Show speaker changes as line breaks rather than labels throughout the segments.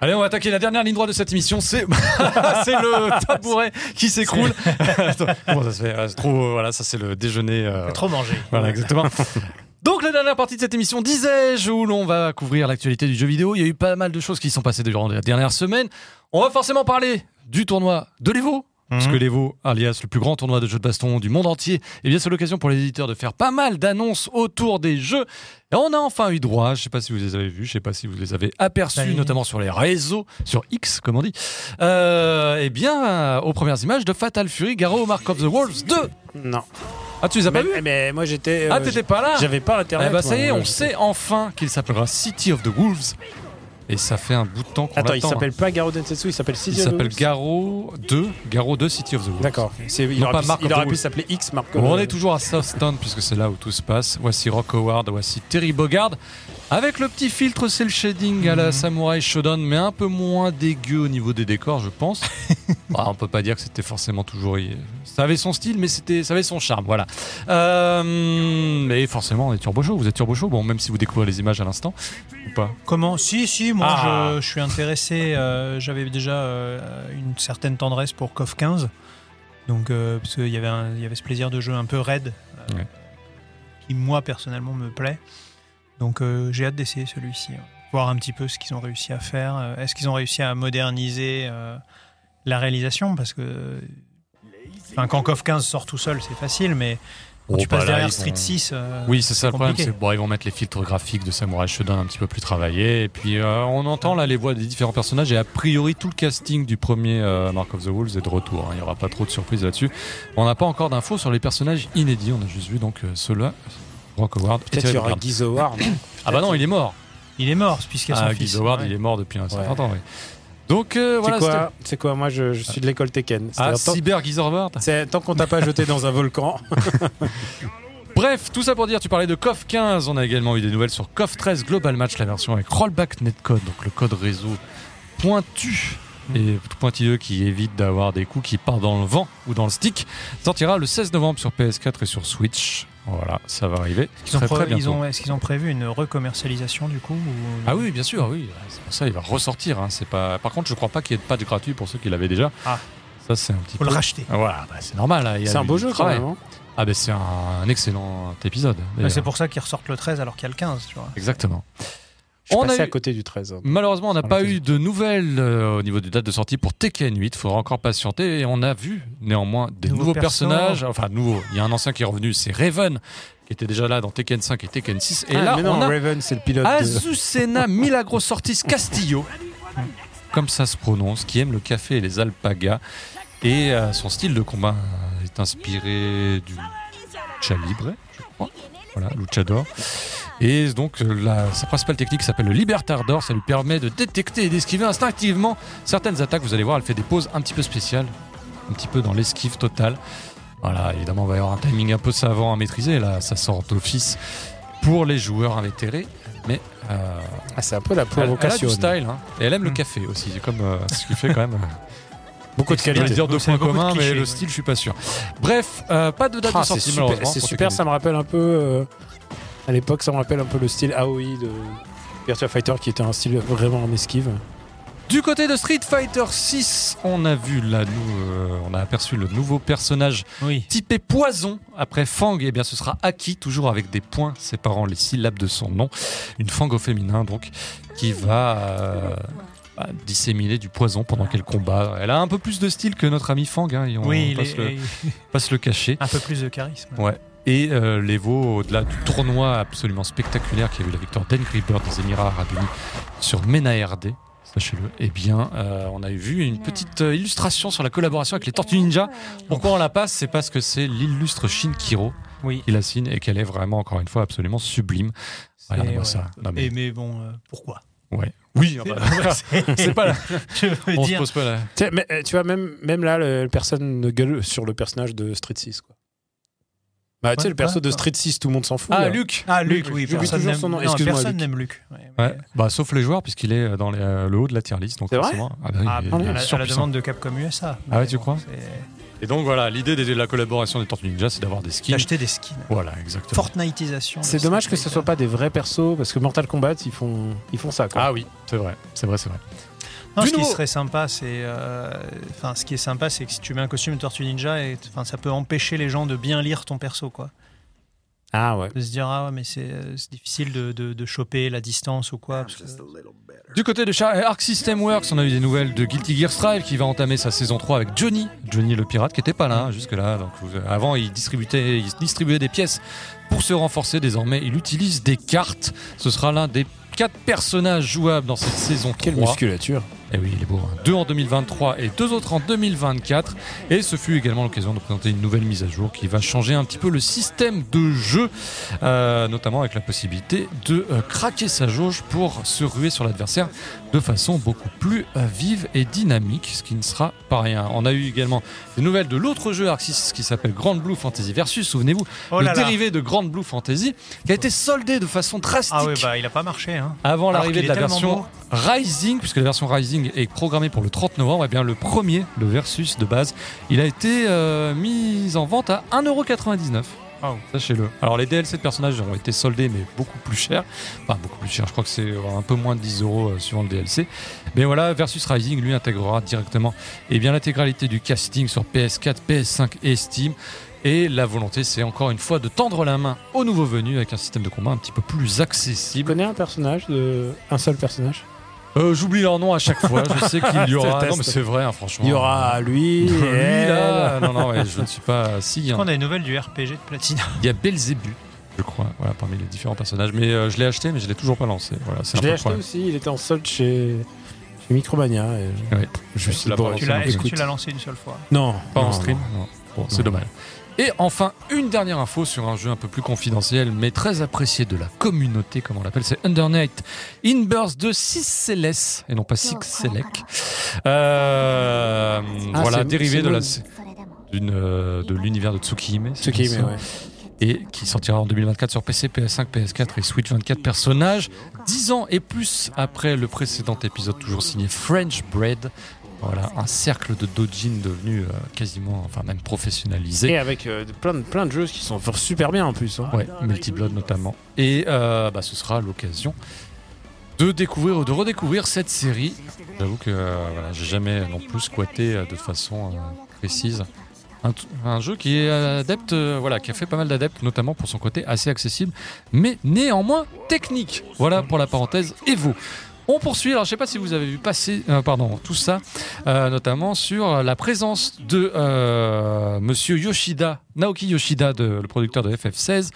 Allez, on va attaquer la dernière ligne droite de cette émission. C'est c'est le tabouret qui s'écroule. Attends, Comment ça se fait Ah, c'est Trop, euh, voilà, ça c'est le déjeuner. euh,
Trop manger.
Voilà, exactement. Donc la dernière partie de cette émission, disais-je, où l'on va couvrir l'actualité du jeu vidéo. Il y a eu pas mal de choses qui sont passées durant la dernière semaine. On va forcément parler du tournoi de l'Evo. Parce que l'Evo, alias le plus grand tournoi de jeux de baston du monde entier, eh bien c'est l'occasion pour les éditeurs de faire pas mal d'annonces autour des jeux. Et on a enfin eu droit, je sais pas si vous les avez vus, je sais pas si vous les avez aperçus,
Oui.
notamment sur les réseaux, sur X comme on dit, euh, eh bien aux premières images de Fatal Fury, Garo, Mark of the Wolves 2.
Non.
Ah tu les as pas
Mais,
vus
mais moi j'étais. euh,
Ah t'étais pas là
J'avais pas
eh
internet.
bah ça
moi,
y est,
moi,
on
je-
sait enfin qu'il s'appellera City of the Wolves. Et ça fait un bout de temps qu'on
Attends, il
l'attend. hein.
s'appelle pas Garo Densetsu, il s'appelle
Il
City of the
s'appelle
Wolves.
Garo 2, Garo 2 City of the Wolves.
D'accord. C'est- Il
Non, pas
aurait pu-
Mark of
il
the
aurait pu
Wolves.
s'appeler X Mark.
On est toujours à Southtown puisque c'est là où tout se passe. Voici Rock Howard, voici Terry Bogard. Avec le petit filtre cel shading à la Samurai Shodown, mais un peu moins dégueu au niveau des décors, je pense. Ah, on peut pas dire que c'était forcément toujours. euh, Ça avait son style, mais c'était, ça avait son charme, voilà. Euh, mais forcément, on est turbo chaud. Vous êtes turbo chaud, bon, même si vous découvrez les images à l'instant, ou pas
Comment Si, si, moi
Ah.
je, je suis intéressé. euh, J'avais déjà euh, une certaine tendresse pour KOF 15. Donc, euh, parce qu'il y, avait un- il y avait ce plaisir de jeu un peu raide, euh,
Ouais.
qui moi personnellement me plaît. Donc euh, j'ai hâte d'essayer celui-ci. hein. Voir un petit peu ce qu'ils ont réussi à faire. Euh, Est-ce qu'ils ont réussi à moderniser euh, la réalisation Parce que. Enfin, quand KOF 15 sort tout seul, c'est facile, mais quand
Oh,
tu passes
bah là,
derrière
ils
Street
vont-
6. euh,
Oui, c'est ça le problème.
compliqué.
C'est bon, ils vont mettre les filtres graphiques de Samurai Shodown un petit peu plus travaillés. Et puis, euh, on entend là les voix des différents personnages. Et a priori, tout le casting du premier euh, Mark of the Wolves est de retour. hein. Il n'y aura pas trop de surprises là-dessus. On n'a pas encore d'infos sur les personnages inédits. On a juste vu donc euh, ceux-là. Rock Howard. et
Peut-être
Terry
qu'il y aura
Bogard.
Guy Zohar. non
Ah bah non, il est mort.
Il est mort, puisqu'il y a son
Ah, Guy
fils.
Howard,
Ouais.
il est mort depuis un certain
Ouais.
temps. oui. Donc euh, voilà.
C'est quoi, c'est quoi Moi je, je suis de l'école Tekken.
c'était- Ah,
C'est-à-dire, tant-
Cyber Guy Howard.
c'est- tant qu'on t'a pas jeté dans un volcan.
Bref, tout ça pour dire, tu parlais de COF 15, on a également eu des nouvelles sur COF 13 Global Match, la version avec Rollback Netcode, donc le code réseau pointu et pointilleux qui évite d'avoir des coups qui partent dans le vent ou dans le stick, sortira le 16 novembre sur PS4 et sur Switch. Voilà, ça va arriver.
Ils ont
très,
pré-
très
ils
bientôt.
ont- Est-ce qu'ils ont prévu une recommercialisation du coup ou-
Ah oui, bien sûr, oui. C'est pour ça il va ressortir. hein, C'est pas... Par contre, je crois pas qu'il y ait de patch gratuit pour ceux qui l'avaient déjà.
Ah.
Ça, c'est un petit
Faut
peu.
le racheter.
Ah, Voilà, bah, c'est normal. hein, il y a
C'est un
eu
beau
du
jeu quand
travail.
même. hein.
Ah, ben c'est un, un excellent épisode.
Mais
d'ailleurs.
Ah, C'est pour ça qu'ils ressortent le 13 alors qu'il y a le 15, tu vois.
Exactement.
Je suis
On a
passé
eu-
à côté du 13.
Malheureusement, on n'a
Sur
pas
l'occasion.
eu de nouvelles euh, au niveau des dates de sortie pour Tekken 8. Il faudra encore patienter. Et on a vu néanmoins des
Nouveaux
nouveaux
persos.
personnages. Enfin, nouveaux. Il y a un ancien qui est revenu, c'est Raven, qui était déjà là dans Tekken 5 et Tekken 6. Et
Ah,
là,
mais non,
on a
Raven, c'est le pilote. de-
Azucena Milagro Sortis Castillo, comme ça se prononce, qui aime le café et les alpagas. Et euh, son style de combat euh, est inspiré du lucha libre, je crois. Voilà, luchador. Et donc, euh, la- sa principale technique s'appelle le libertador. Ça lui permet de détecter et d'esquiver instinctivement certaines attaques. Vous allez voir, elle fait des pauses un petit peu spéciales, un petit peu dans l'esquive totale. Voilà, évidemment, il va y avoir un timing un peu savant à maîtriser. Là, ça sort d'office pour les joueurs invétérés. Mais euh,
Ah, c'est un peu la
elle, elle a
provocation.
du style. hein. Et elle aime le
Mm.
café aussi. C'est comme euh, ce qui fait quand même.
Beaucoup de
Je vais
qualité.
dire deux
Donc, c'est
points
beaucoup de
communs, mais
clichés,
le
oui.
style, je suis pas sûr. Bref, euh, pas de date
Ah,
de
c'est
sortie,
super,
malheureusement.
c'est
pour
super,
Tekken.
ça me rappelle un peu. euh, à l'époque, ça me rappelle un peu le style AOI de Virtua Fighter qui était un style vraiment en esquive.
Du côté de Street Fighter 6, on a vu là, nous, euh, on a aperçu le nouveau personnage
Oui.
typé poison après Fang. Et bien, ce sera Aki, toujours avec des points séparant les syllabes de son nom. Une Fang au féminin, donc, qui va euh, bah, disséminer du poison pendant qu'elle combat. Elle a un peu plus de style que notre ami Fang. hein, et on
oui, il
passe,
est-
le,
il-
passe le cachet.
un peu plus de charisme.
Ouais. Et euh, l'Evo, au-delà du tournoi absolument spectaculaire qui a eu la victoire d'Angry Bird des Émirats Arabes Unis sur MENA RD, sachez-le, eh bien, euh, on a eu vu une petite euh, illustration sur la collaboration avec les Tortues Ninja. Pourquoi on la passe C'est parce que c'est l'illustre Shinkiro
Oui.
qui la signe et qu'elle est vraiment, encore une fois, absolument sublime.
C'est-
Regardez-moi
ouais.
ça. Non, mais-
Et mais bon, euh, pourquoi
ouais. Oui, ah bah, c'est pas la...
Je veux
on se
dire,
pose pas la...
Tu sais, mais, euh, tu vois, même, même là, le, personne ne gueule sur le personnage de Street 6. Quoi. Bah, tu sais,
Ouais,
le perso
ouais,
de
ouais.
Street 6, tout le monde s'en fout. hein.
Ah,
là.
Luc
ah Luc,
Luc,
oui,
Luc, j'ai
personne
toujours son
n'aime
nom.
non,
Excuse-moi,
personne
Luc.
n'aime Luc. Ouais, mais-
Ouais. Bah, sauf les joueurs, puisqu'il est dans les- euh, le haut de la tier list. donc
C'est vrai
forcément- Ah bah oui,
Ah,
il est
à la- à la,
surpuissant.
demande de Capcom USA.
Ah ouais,
Mais
tu
bon,
crois
c'est-
Et donc voilà, l'idée de la collaboration des Tortues Ninja, c'est d'avoir des skins.
D'acheter des skins.
Voilà, exactement.
Fortniteisation. de
C'est dommage que
Street
ce soit
Fighter.
pas des vrais persos parce que Mortal Kombat, ils font, ils font ça. Quoi.
Ah oui, c'est vrai, c'est vrai, c'est vrai.
Non,
Du
ce qui
nouveau.
serait sympa, c'est, euh, enfin, ce qui est sympa, c'est que si tu mets un costume Tortue Ninja, et, enfin, ça peut empêcher les gens de bien lire ton perso, quoi.
Ah ouais.
De se dire ah ouais, mais c'est, euh, c'est difficile de, de- de choper la distance ou
Ah,
quoi. parce que-
Du côté de Char- Arc System Works, on a eu des nouvelles de Guilty Gear Strive qui va entamer sa saison 3 avec Johnny, Johnny le pirate qui n'était pas là hein, jusque-là. Donc vous- avant, il distribuait, il distribuait des pièces pour se renforcer. Désormais, il utilise des cartes. Ce sera l'un des quatre personnages jouables dans cette saison 3.
Quelle musculature.
Et oui, il est beau. hein. Deux en 2023 et deux autres en 2024. Et ce fut également l'occasion de présenter une nouvelle mise à jour qui va changer un petit peu le système de jeu, euh, notamment avec la possibilité de euh, craquer sa jauge pour se ruer sur l'adversaire de façon beaucoup plus euh, vive et dynamique, ce qui ne sera pas rien. On a eu également des nouvelles de l'autre jeu Arxis qui s'appelle Grand Blue Fantasy Versus. Souvenez-vous,
Oh
le
là là.
dérivé de Grand Blue Fantasy qui a été soldé de façon drastique
Ah ouais, bah il a pas marché. Hein.
avant
Alors
l'arrivée de
qu'il
la
est tellement
version
beau.
Rising, puisque la version Rising est programmée pour le 30 novembre, et bien le premier, le Versus de base, il a été euh, mis en vente à 1,99€.
Wow.
Sachez-le. Alors les DLC de personnages ont été soldés, mais beaucoup plus chers. Enfin, beaucoup plus chers, je crois que c'est euh, un peu moins de 10 euros euh, suivant le DLC. Mais voilà, Versus Rising, lui, intégrera directement eh bien l'intégralité du casting sur PS4, PS5 et Steam. Et la volonté, c'est encore une fois de tendre la main aux nouveaux venus avec un système de combat un petit peu plus
Tu
accessible.
connais un personnage de... Un seul personnage
Euh, J'oublie leur nom à chaque fois. Je sais qu'il y aura.
Déteste.
non, mais c'est vrai, hein, franchement.
Il y aura lui.
Lui,
elle.
là, là. Non, non, ouais, je ne suis pas. Si, hein.
On a des nouvelles du RPG de Platine.
il y a Belzébuth, je crois, voilà, parmi les différents personnages. Mais euh, je l'ai acheté, mais je l'ai toujours pas lancé. Voilà, c'est
Je
un peu
l'ai
le
acheté
problème.
aussi, il était en solde chez, chez Micromania. et je-
Ouais.
Je suis
l'as
bon,
pas lancé
Tu
Ça
l'as,
nous
est-ce que tu
écoute.
l'as lancé une seule fois
Non.
Pas en
non,
stream.
non.
non. Bon, c'est
Non.
dommage. Et enfin, une dernière info sur un jeu un peu plus confidentiel, mais très apprécié de la communauté, comme on l'appelle, c'est Undernight Inburst de 6 Céleste, et non pas 6 Select. Euh,
Ah,
voilà,
c'est-
dérivé
c'est
de la-
bon.
d'une, euh, de l'univers de Tsukihime. c'est
Ce qui
bien
mais
ça
ouais.
et qui sortira en 2024 sur PC, PS5, PS4 et Switch 24 personnages. 10 ans et plus après le précédent épisode, toujours signé French Bread. Voilà, un cercle de doujin devenu euh, quasiment, enfin même professionnalisé.
Et avec euh, plein, de, plein de jeux qui sont super bien en plus. hein.
Ouais, Multi Blood notamment. Et euh, bah, ce sera l'occasion de découvrir ou de redécouvrir cette série. J'avoue que euh, voilà, j'ai jamais non plus squatté euh, de façon euh, précise un, t- un jeu qui est adepte, euh, voilà, qui a fait pas mal d'adeptes, notamment pour son côté assez accessible, mais néanmoins technique. Voilà pour la parenthèse et vous. On poursuit, alors je sais pas si vous avez vu passer, euh, pardon, tout ça, euh, notamment sur la présence de euh, monsieur Yoshida, Naoki Yoshida, de- le producteur de FF16,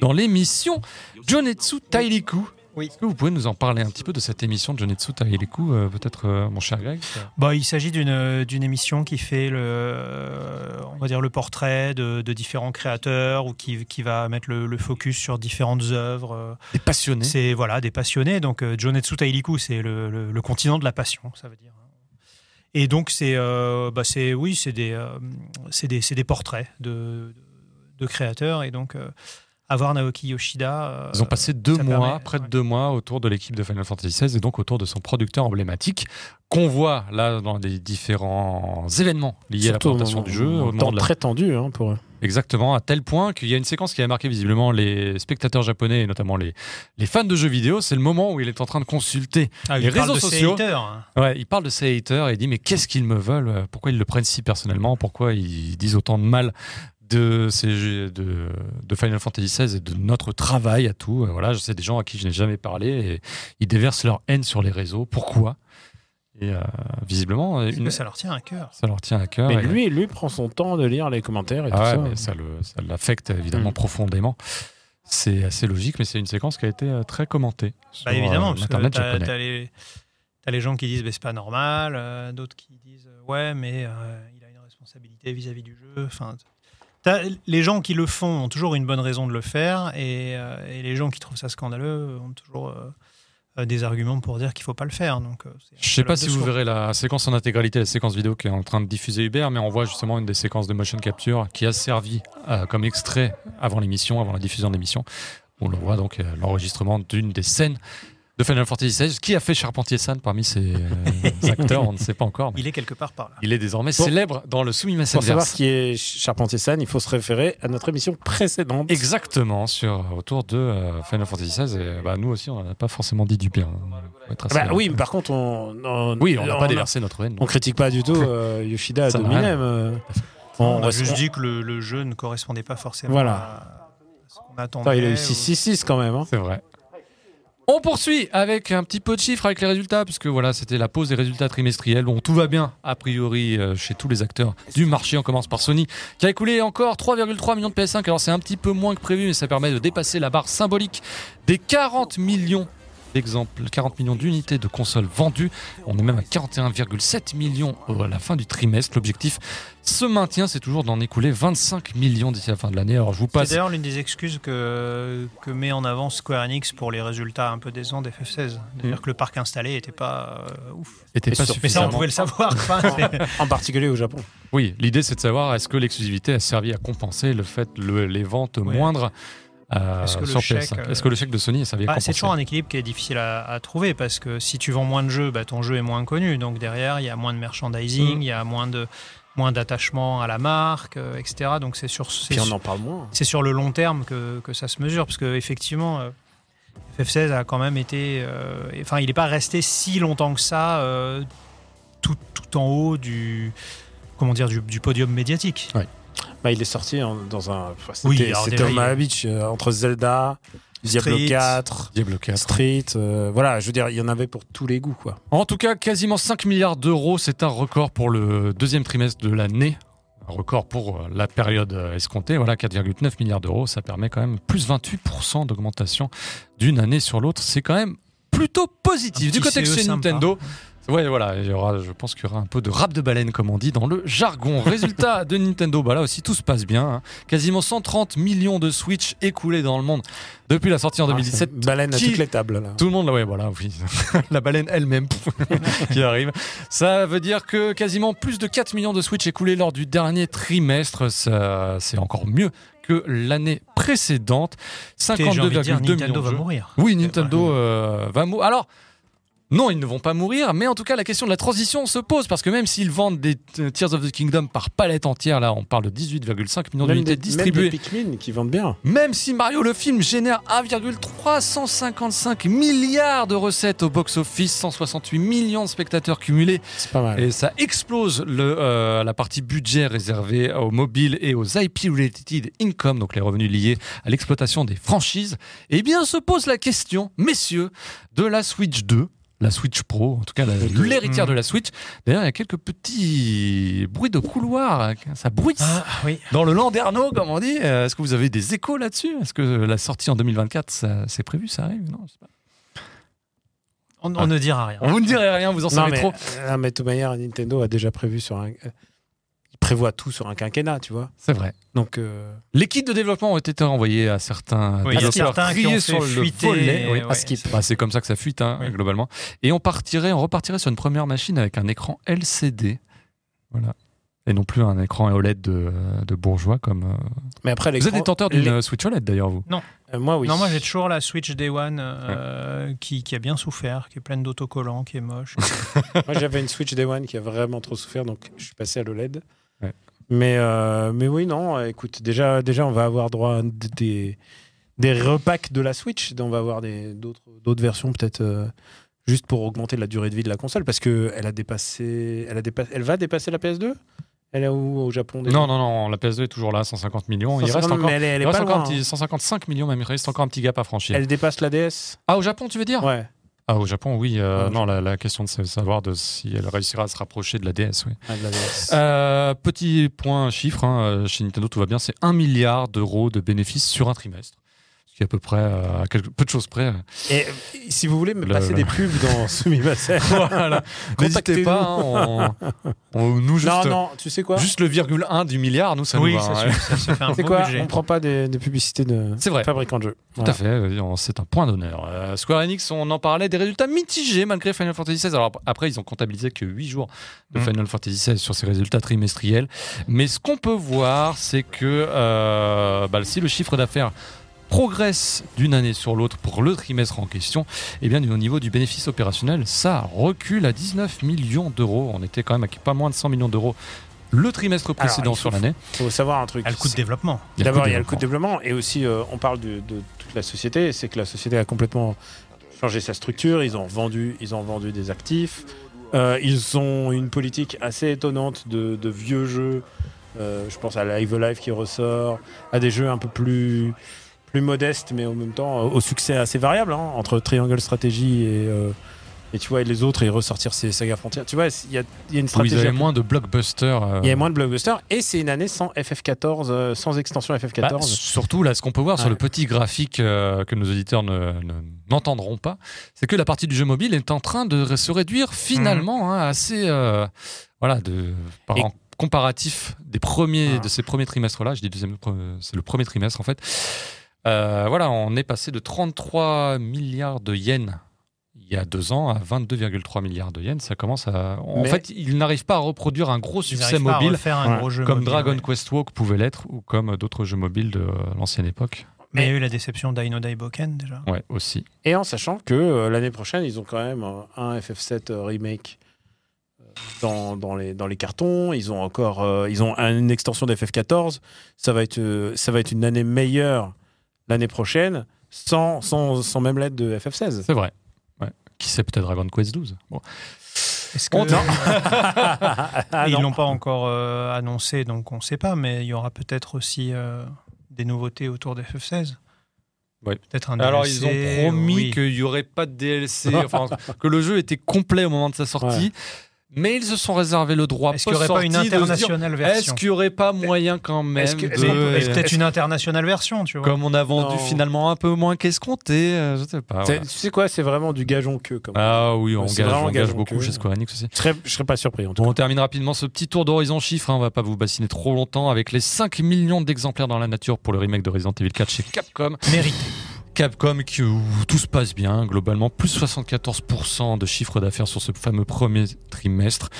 dans l'émission Jonetsu Tailiku.
Oui.
Est-ce que vous pouvez nous en parler un petit peu de cette émission de Jonetsu Tailiku, euh, peut-être euh, mon cher Greg
Bah, il s'agit d'une d'une émission qui fait le, euh, on va dire le portrait de, de différents créateurs ou qui, qui va mettre le, le focus sur différentes œuvres. euh,
Des passionnés.
C'est voilà des passionnés. Donc euh, Jonetsu Tailiku, c'est le, le- le continent de la passion, hein, ça veut dire. Et donc c'est euh, bah, c'est oui, c'est des euh, c'est des c'est des portraits de, de créateurs et donc euh, avoir Naoki Yoshida. euh,
Ils ont passé deux
ça
mois,
permet-
près de
ouais.
deux mois, autour de l'équipe de Final Fantasy XVI et donc autour de son producteur emblématique qu'on voit là dans les différents événements liés à la
Surtout au
présentation
moment-
du jeu. au moment
temps
de la-
très tendu hein, pour eux.
Exactement, à tel point qu'il y a une séquence qui a marqué visiblement les spectateurs japonais et notamment les, les fans de jeux vidéo. C'est le moment où il est en train de consulter
Ah,
les
il parle
réseaux
de ses
sociaux.
haters, hein.
Ouais, il parle de ses haters et il dit mais qu'est-ce qu'ils me veulent Pourquoi ils le prennent si personnellement Pourquoi ils disent autant de mal de, ces jeux- de, de Final Fantasy XVI et de notre travail à tout Et Voilà, c'est des gens à qui je n'ai jamais parlé et ils déversent leur haine sur les réseaux. Pourquoi Et euh, visiblement,
Parce que
une-
ça leur tient à cœur.
ça leur tient à cœur.
Mais
et-
lui, lui prend son temps de lire les commentaires et
ah ouais,
tout ça.
mais ça, le- ça l'affecte évidemment
Mm.
profondément. C'est assez logique, mais c'est une séquence qui a été euh, très commentée sur
Bah, évidemment,
euh,
parce que
l'internet
t'as,
japonais.
t'as les, t'as les gens qui disent bah, c'est pas normal, euh, d'autres qui disent euh, ouais, mais euh, il a une responsabilité vis-à-vis du jeu. Enfin, t'as- les gens qui le font ont toujours une bonne raison de le faire et, euh, et les gens qui trouvent ça scandaleux ont toujours euh, euh, des arguments pour dire qu'il faut pas le faire. Donc, euh, c'est un
Je sais
peu
pas
la
si vous
dessous.
verrez la séquence en intégralité, la séquence vidéo qui est en train de diffuser Hubert, mais on voit justement une des séquences de motion capture qui a servi euh, comme extrait avant l'émission, avant la diffusion de l'émission. On le voit donc euh, l'enregistrement d'une des scènes de Final Fantasy XVI. Qui a fait Charpentier-San parmi ses euh, acteurs On ne sait pas encore. mais
Il est quelque part par là.
Il est désormais
Pour-
célèbre dans le Sumimasen
Pour savoir qui est Charpentier-San, il faut se référer à notre émission précédente.
Exactement, sur, autour de euh, Final Fantasy XVI. Et, bah, nous aussi, on n'a pas forcément dit du bien. On va être assez-
Bah oui, mais par contre, on. on
oui, on n'a pas déversé notre haine.
On critique pas du tout euh, Yoshida
Ça n'a
Dominem.
rien.
euh. On,
On, a
reste-
juste
on-
dit que le, le jeu ne correspondait pas forcément
Voilà.
à à ce qu'on attendait.
Attends, il a eu
ou-
6-6-6 quand même. hein.
C'est vrai. On poursuit avec un petit peu de chiffres avec les résultats, puisque voilà, c'était la pause des résultats trimestriels. Bon, tout va bien, a priori, euh, chez tous les acteurs du marché. On commence par Sony, qui a écoulé encore 3,3 millions de PS5. Alors, c'est un petit peu moins que prévu, mais ça permet de dépasser la barre symbolique des 40 millions d'exemples, 40 millions d'unités de consoles vendues. On est même à 41,7 millions euh, à la fin du trimestre. L'objectif se maintient, c'est toujours d'en écouler 25 millions d'ici la fin de l'année. Alors, je vous
C'est
passe.
d'ailleurs l'une des excuses que, que met en avant Square Enix pour les résultats un peu décevants d'FF16. C'est-à-dire que le parc installé n'était pas euh, ouf.
Était
Mais
pas
sur-
Mm. Mais ça, on
suffisamment-
pouvait le savoir. Enfin, c'est-
En particulier au Japon.
Oui, l'idée c'est de savoir est-ce que l'exclusivité a servi à compenser le fait le- les ventes
Ouais.
moindres euh,
Est-ce que le
sur
chèque,
PS5.
euh,
Est-ce que le chèque de Sony a servi à
Ah,
compenser
c'est toujours un équilibre qui est difficile à, à trouver parce que si tu vends moins de jeux, bah, ton jeu est moins connu. Donc derrière, il y a moins de merchandising,
Mm.
il y a moins de moins d'attachement à la marque, euh, etc. Donc c'est sur c'est
Puis on
sur-
en parle moins.
c'est sur le long terme que, que euh, ça se mesure, parce qu'effectivement, FF16 a quand même été. euh, et- Enfin, il n'est pas resté si longtemps que ça, euh, tout, tout en haut du. Comment dire, du, du podium médiatique.
Bah, il est sorti en- dans un. enfin,
Oui,
C'était
alors
c'était
déjà,
au
il-
Mahabitch, euh, entre Zelda, Diablo
Street.
4,
Diablo 4.
Street. euh, voilà, je veux dire, il y en avait pour tous les goûts. quoi.
En tout cas, quasiment 5 milliards d'euros, c'est un record pour le deuxième trimestre de l'année. Un record pour euh, la période euh, escomptée, voilà 4,9 milliards d'euros, ça permet quand même plus 28% d'augmentation d'une année sur l'autre. C'est quand même plutôt positif.
Un
Du
petit
côté de
CE
chez
sympa.
Nintendo, Ouais, voilà, il y aura, je pense qu'il y aura un peu de rap de baleine, comme on dit, dans le jargon. Résultat de Nintendo, bah là aussi tout se passe bien. hein. Quasiment 130 millions de Switch écoulés dans le monde depuis la sortie en 2017.
Ah, c'est une baleine à
qui-
toutes les tables. Là.
Tout le monde, là, ouais, voilà, oui. la baleine elle-même qui arrive. Ça veut dire que quasiment plus de 4 millions de Switch écoulés lors du dernier trimestre. Ça, c'est encore mieux que l'année précédente.
Et J'ai envie
52,2
de dire,
millions. de
Nintendo va
jeux.
mourir. Eh ben,
Oui, Nintendo euh, va mourir. Alors, non, ils ne vont pas mourir, mais en tout cas, la question de la transition se pose parce que même s'ils vendent des euh, Tears of the Kingdom par palette entière, là, on parle de 18,5 millions d'unités
Même des, même des
distribuées.
Pikmin qui vendent bien.
Même si Mario le film génère 1,355 milliards de recettes au box-office, 168 millions de spectateurs cumulés,
C'est pas mal.
et ça explose le, euh, la partie budget réservée aux mobiles et aux IP-related income, donc les revenus liés à l'exploitation des franchises. Eh bien, se pose la question, messieurs, de la Switch 2. La Switch Pro, en tout cas la-
Oui.
l'héritière de la Switch. D'ailleurs, il y a quelques petits bruits de couloir. hein, Ça bruisse
Ah, oui.
dans le Landerneau, comme on dit. Euh, Est-ce que vous avez des échos là-dessus Est-ce que euh, la sortie en 2024, ça- c'est prévu Ça arrive Non, je sais pas.
On, on ne dira rien.
On Ah. vous ne direz rien, vous en
Non,
savez
mais,
trop.
euh, mais de toute manière, Nintendo a déjà prévu sur un. euh, Il prévoit tout sur un quinquennat, tu vois.
C'est vrai.
Donc, euh,
Les kits de développement ont été envoyés à certains
Oui, il y a
développeurs
certains qui
triés
ont
sur
fait
le
fuiter,
volet. Oui.
ouais,
à skip.
Bah, c'est comme ça que ça fuite, hein,
Oui.
globalement. Et on partirait, on repartirait sur une première machine avec un écran LCD. Voilà. Et non plus un écran OLED de, de bourgeois comme. euh.
Mais après,
Vous êtes
l'écran-
détenteur d'une
l'é-
euh, Switch OLED d'ailleurs, vous.
euh, Moi, oui.
Non, moi j'ai toujours la Switch Day One euh, qui, qui a bien souffert, qui est pleine d'autocollants, qui est moche.
Moi, j'avais une Switch Day One qui a vraiment trop souffert, donc je suis passé à l'OLED.
Ouais.
Mais, euh, mais oui, non, euh, écoute, déjà, déjà, on va avoir droit à d- des, des repacks de la Switch. On va avoir des- d'autres d'autres versions, peut-être, euh, juste pour augmenter la durée de vie de la console, parce qu'elle a dépassé, elle, a dépassé, elle va dépasser la PS2 Elle est où au Japon déjà
Non, non, non, la PS2 est toujours là, 150 millions. il
150,
reste encore.
mais elle est, elle est
il reste
pas
encore
loin,
un petit- 155 millions même, il reste encore un petit gap à
hein.
franchir.
Elle dépasse la DS
Ah, au Japon, tu veux dire
Ouais.
Ah, au Japon, oui. euh,
Ouais,
non, la, la question de sa- savoir de si elle réussira à se rapprocher de la DS, oui.
Ah, de la DS.
Euh, petit point chiffre, hein, euh, chez Nintendo tout va bien, c'est 1 milliard d'euros de bénéfices sur un trimestre. Ce qui est à peu près, euh, à quelque- peu de choses près. euh,
Et euh, si vous voulez me
Le-
passer
le-
des pubs dans Sumimasen,
voilà. N'hésitez
Contactez-nous.
pas, hein, on, on- nous juste, euh,
non, non, tu sais quoi
juste le virgule 1 du milliard, nous ça
oui,
nous va,
ça,
hein.
se- ça se fait un
C'est
beau
quoi
budget.
On prend pas des, des publicités de
C'est vrai.
fabricants de jeux.
Tout à fait, euh, on- c'est un point d'honneur. Euh, Square Enix, on en parlait, des résultats mitigés malgré Final Fantasy XVI. Alors ap- après, ils ont comptabilisé que 8 jours de
Mm.
Final Fantasy XVI sur ces résultats trimestriels. Mais ce qu'on peut voir, c'est que euh, bah, si le chiffre d'affaires progresse d'une année sur l'autre pour le trimestre en question, eh bien, au niveau du bénéfice opérationnel, ça recule à 19 millions d'euros. On était quand même à pas moins de 100 millions d'euros le trimestre
Alors,
précédent
il faut-
sur l'année.
faut savoir un truc.
à le coût de développement.
D'abord, il y a le coût
coût
de développement et aussi, euh, on parle de, de toute la société. C'est que la société a complètement changé sa structure. Ils ont vendu, ils ont vendu des actifs. Euh, ils ont une politique assez étonnante de, de vieux jeux. Euh, je pense à Live Live qui ressort, à des jeux un peu plus plus modestes, mais en même temps euh, au succès assez variable hein, entre Triangle Strategy et euh, et tu vois et les autres et ressortir ces sagas frontières. Tu vois, il y a, il y a une
Où ils
stratégie.
avaient moins de blockbusters. euh,
Il y avait moins de blockbusters et c'est une année sans FF14, euh, sans extension
Bah,
FF14.
surtout, là, ce qu'on peut voir sur
Ouais.
le petit graphique euh, que nos auditeurs ne- ne- n'entendront pas, c'est que la partie du jeu mobile est en train de ré- se réduire finalement hein, assez. euh, voilà, de, par
Mhm. Et-
en comparatif des premiers,
Ah.
de ces premiers trimestres-là, je dis deuxième, pre- c'est le premier trimestre en fait. Euh, voilà, on est passé de 33 milliards de yens il y a deux ans à 22,3 milliards de yens. Ça commence à. En
Mais-
fait, ils n'arrivent pas à reproduire un gros
Ils
succès
arrivent pas à
mobile
refaire un
Ouais.
gros jeu
comme
mobile,
Dragon
ouais.
Quest Walk pouvait l'être ou comme d'autres jeux mobiles de euh, l'ancienne époque.
Mais il y a eu la déception d'Aino Daiboken déjà.
Ouais, aussi.
Et en sachant que euh, l'année prochaine, ils ont quand même euh, un FF7 euh, remake euh, dans, dans, les, dans les cartons. Ils ont encore euh, ils ont un- une extension d'FF14. Ça, va être, euh, ça va être une année meilleure l'année prochaine sans, sans, sans même l'aide de FF16.
C'est vrai. Ouais. Qui sait peut-être Dragon Quest 12 Bon.
Est-ce que
On- Non.
Ah,
ils
non.
l'ont pas encore euh, annoncé, donc on ne sait pas, mais il y aura peut-être aussi euh, des nouveautés autour des FF16.
Ouais.
Peut-être un
Alors ils
DLC,
ont promis
oui.
qu'il n'y aurait pas de DLC, enfin, que le jeu était complet au moment de sa sortie, mais ils se sont réservé le droit.
Est-ce qu'il n'y aurait pas une
post-sortie de se dire,
internationale
Est-ce
version
qu'il n'y aurait pas moyen quand même
Est-ce que- est-ce qu'on
de...
peut-
Et peut-être une internationale version, tu vois.
Comme on a vendu
Non.
finalement un peu moins qu'escompté, euh, je sais pas.
C'est-
voilà.
Tu sais quoi C'est vraiment du gageon que. Comme.
Ah oui, on
C'est
gage,
vraiment
on gage
gageant
beaucoup
que-
chez Square Enix aussi.
Je serais, je serais pas surpris en tout
Bon, on termine rapidement ce petit tour d'horizon chiffre. hein. on va pas vous bassiner trop longtemps avec les 5 millions d'exemplaires dans la nature pour le remake de Resident Evil 4 chez Capcom.
Mérité.
Capcom, qui, où tout se passe bien globalement, plus 74% de chiffre d'affaires sur ce fameux premier trimestre.
cas.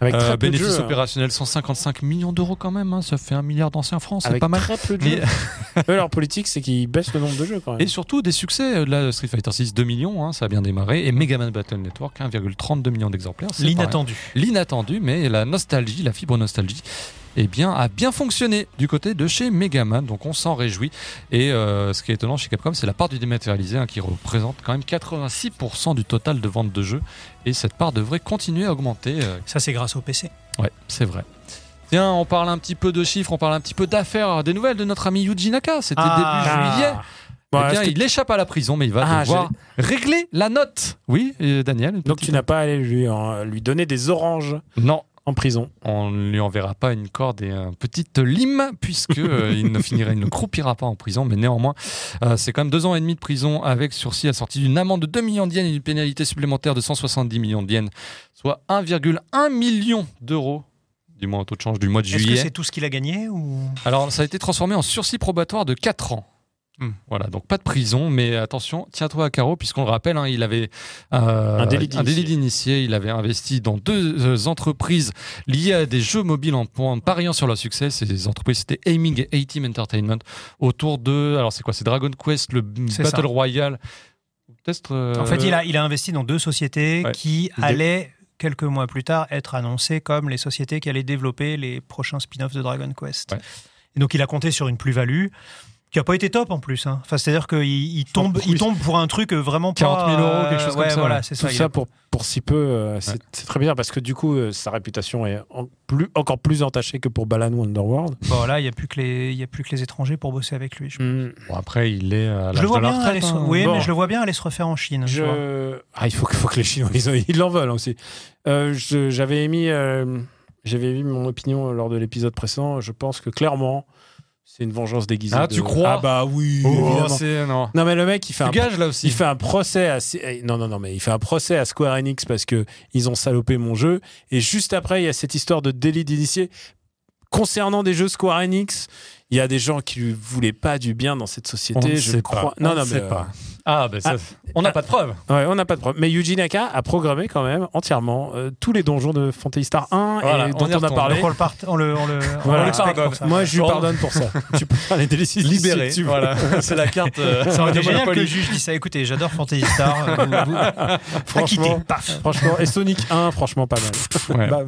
Avec
Euh,
très peu de
bénéfice
jeux, hein.
opérationnel 155 millions d'euros quand même, hein. ça fait un milliard d'anciens francs, c'est
Avec
pas mal.
très peu de
Mais-
jeux. Eux, leur politique, c'est qu'ils baissent le nombre de jeux quand même.
Et surtout des succès, euh, là Street Fighter 6 2 millions, hein, ça a bien démarré, et Mega Man Battle Network 1,32 millions d'exemplaires. c'est pas rien.
L'inattendu.
l'inattendu, mais la nostalgie, la fibre nostalgie, eh bien, a bien fonctionné du côté de chez Megaman. Donc on s'en réjouit. Et euh, ce qui est étonnant chez Capcom, c'est la part du dématérialisé hein, qui représente quand même 86% du total de ventes de jeux. Et cette part devrait continuer à augmenter. euh,
Ça, c'est grâce au PC.
ouais, c'est vrai. Tiens, on parle un petit peu de chiffres, on parle un petit peu d'affaires, des nouvelles de notre ami Yuji Naka. C'était
Ah.
début juillet.
Bon,
Eh bien,
est-ce que-
il échappe à la prison, mais il va
Ah,
devoir régler la note. Oui, euh, Daniel une
Donc
petite-
tu n'as pas allé lui, en- lui donner des oranges
Non,
en prison.
on ne lui enverra pas une corde et une petite lime puisque euh, il ne finira, il ne croupira pas en prison. Mais néanmoins, euh, c'est quand même deux ans et demi de prison avec sursis assorti d'une amende de 2 millions de yens et d'une pénalité supplémentaire de 170 millions de yens, soit 1,1 million d'euros. Du moins au taux de change du mois de
Est-ce que
juillet.
c'est tout ce qu'il a gagné ou
Alors ça a été transformé en sursis probatoire de 4 ans.
Hmm.
Voilà, donc pas de prison, mais attention, tiens-toi à carreau, puisqu'on le rappelle, hein, il avait euh,
Un délit d'initié.
d'initié, il avait investi dans deux euh, entreprises liées à des jeux mobiles en, en pariant sur leur succès. Ces entreprises, c'était Aiming et A-Team Entertainment, autour de, alors c'est quoi, c'est Dragon Quest, le
C'est
Battle
ça.
Royale. Peut-être, euh,
En fait, il a, il a investi dans deux sociétés
Ouais.
qui
Des-
allaient quelques mois plus tard être annoncées comme les sociétés qui allaient développer les prochains spin-offs de Dragon Quest.
Ouais.
Et donc, il a compté sur une plus-value qui a pas été top en plus. hein. Enfin, c'est-à-dire qu'il il tombe, il tombe pour un truc euh, vraiment pas,
40 000 euros,
euh,
quelque chose comme
ouais,
ça, ouais.
Voilà, c'est
Tout
ça. il
ça
a-
pour, pour si peu, euh, c'est c'est très bien parce que du coup, euh, sa réputation est en plus, encore plus entachée que pour Balan ou Underworld.
Bon, là, il n'y a plus que les, il y a plus que les étrangers pour bosser avec lui. Je,
bon, après, il est à l'âge
je le vois
de la
bien aller
retraite,
se,
hein.
oui,
Bon.
mais je le vois bien aller se refaire en Chine. tu vois.
Je... Ah, il faut, que- faut que les Chinois, ils, en- ils l'en veulent aussi. Euh, je- J'avais émis, euh, j'avais émis mon opinion lors de l'épisode précédent. Je pense que clairement, c'est une vengeance déguisée.
Ah,
de-
tu crois
Ah bah oui,
Oh,
évidemment.
c'est, non.
Non mais le mec, il fait
Tu
un
gages là
Il
aussi.
fait un procès à eh, non non non mais il fait un procès à Square Enix parce que ils ont salopé mon jeu et juste après il y a cette histoire de délit d'initié concernant des jeux Square Enix il y a des gens qui lui voulaient pas du bien dans cette société
ne
je
sait
crois
pas. On
non
ne
non
sait
mais,
pas.
euh,
Ah, ben ça, on n'a pas de preuve.
Ouais, on n'a pas de problème. Mais Yuji Naka a programmé quand même entièrement euh, tous les donjons de Fantasy Star 1
Voilà,
et
on
dont
y
on, a
retourne.
parlé.
Donc on le, part- on le, on le, on
Voilà.
le respecte
Pardonne.
pour ça.
Moi, je lui
Bon.
pardonne pour ça. tu peux faire les délices
Libéré.
si tu veux.
voilà, c'est la carte. euh,
ça aurait été
de
génial que
Monopoly.
le juge dise ça. Écoutez, j'adore Fantasy Star. euh, vous- vous-
Franchement,
acquitté. Paf.
franchement. Et Sonic 1, franchement, pas mal.
Ouais.
Bah,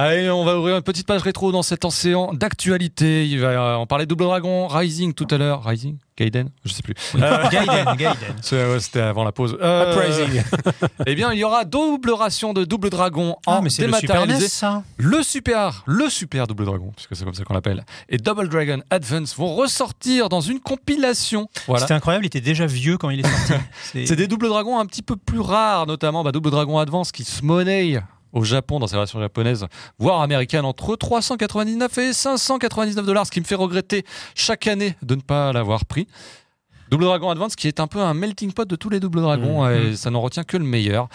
Allez, on va ouvrir une petite page rétro dans cet océan d'actualité. Il va euh, en parler Double Dragon Rising tout à l'heure. Rising Gaiden Je sais plus.
Gaiden, Gaiden.
C'est- ouais, C'était avant la pause. Euh,
Uprising.
Eh bien, il y aura double ration de Double Dragon en
Ah, mais c'est le Super hein.
dématérialisé.
NES, ça
Le super, le super Double Dragon, puisque c'est comme ça qu'on l'appelle, et Double Dragon Advance vont ressortir dans une compilation. Voilà.
C'était incroyable, il était déjà vieux quand il est sorti. C'est-
C'est des doubles dragons un petit peu plus rares, notamment bah, Double Dragon Advance qui se monnaie au Japon dans sa version japonaise, voire américaine, entre 399 et 599 dollars, ce qui me fait regretter chaque année de ne pas l'avoir pris. Double Dragon Advance qui est un peu un melting pot de tous les doubles dragons, et ça n'en retient que le meilleur.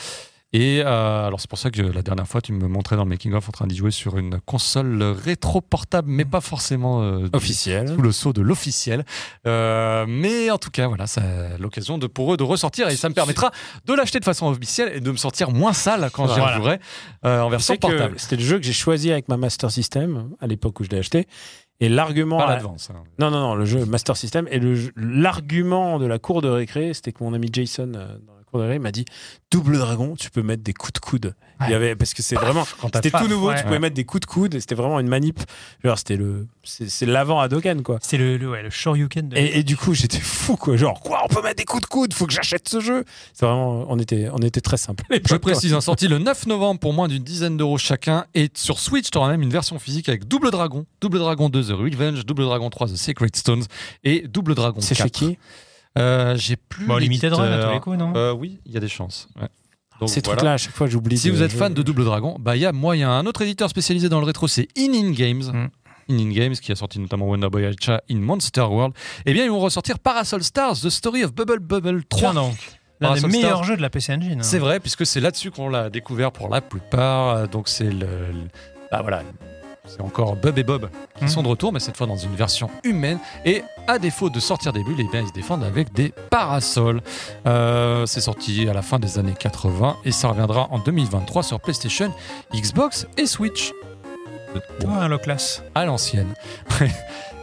Et euh, alors c'est pour ça que la dernière fois tu me montrais dans le making of en train d'y jouer sur une console rétro portable, mais pas forcément euh,
Officiel.
sous le sceau de l'officiel. Euh, mais en tout cas, voilà, c'est l'occasion de, pour eux de ressortir et ça me permettra de l'acheter de façon officielle et de me sentir moins sale quand j'y
Voilà.
rejouerai euh, en
Tu
version
sais que
portable.
C'était le jeu que j'ai choisi avec ma Master System à l'époque où je l'ai acheté. Et l'argument.
Pas
à-
l'advance. hein.
Non, non, non, le jeu Master System. Et le jeu- l'argument de la cour de récré, c'était que mon ami Jason, euh, dans la cour de récré, m'a dit Double Dragon, tu peux mettre des coups de coude. Il y
Ouais.
avait, parce que c'est vraiment.
Quand t'as
C'était
pas-
tout nouveau,
ouais.
tu pouvais mettre des coups de coude. et C'était vraiment une manip. Genre, c'était le. C'est c'est l'avant à Dogan, quoi.
C'est le, le, ouais, le Shoryuken de.
Et, et du coup, j'étais fou, quoi. Genre, quoi, on peut mettre des coups de coude, faut que j'achète ce jeu. C'est vraiment, on était, on était très simple.
Je précise, hein, sorti le 9 novembre pour moins d'une dizaine d'euros chacun. Et sur Switch, tu auras même une version physique avec Double Dragon, Double Dragon 2 The Revenge, Double Dragon 3 The Secret Stones et Double Dragon 4.
C'est chez qui
Euh, J'ai plus.
Bon, Limited Run à
l'éditeur.
tous les coups, hein. non
Euh, Oui, il y a des chances. ouais. Donc,
Ces
voilà.
trucs-là, à chaque fois, j'oublie.
Si
de-
vous êtes
je-
fan de Double Dragon, bah il y a moyen. Un autre éditeur spécialisé dans le rétro, c'est In-In Games.
Mm.
In-In Games, qui a sorti notamment Wonder Boy Alcha in Monster World. Eh bien, ils vont ressortir Parasol Stars, The Story of Bubble Bubble 3.
Tiens donc, l'un des
Parasol
meilleurs
Stars.
jeux de la PC Engine. hein.
C'est vrai, puisque c'est là-dessus qu'on l'a découvert pour la plupart. Euh, Donc c'est le, le- bah voilà, c'est encore Bub et Bob qui
Mhm.
Mm.
sont de retour, mais cette fois dans une version humaine. Et à défaut de sortir des bulles, eh bien, ils se défendent avec des parasols. Euh, c'est sorti à la fin des années 80 et ça reviendra en 2023 sur PlayStation, Xbox et Switch.
Ouais, un low class.
À l'ancienne.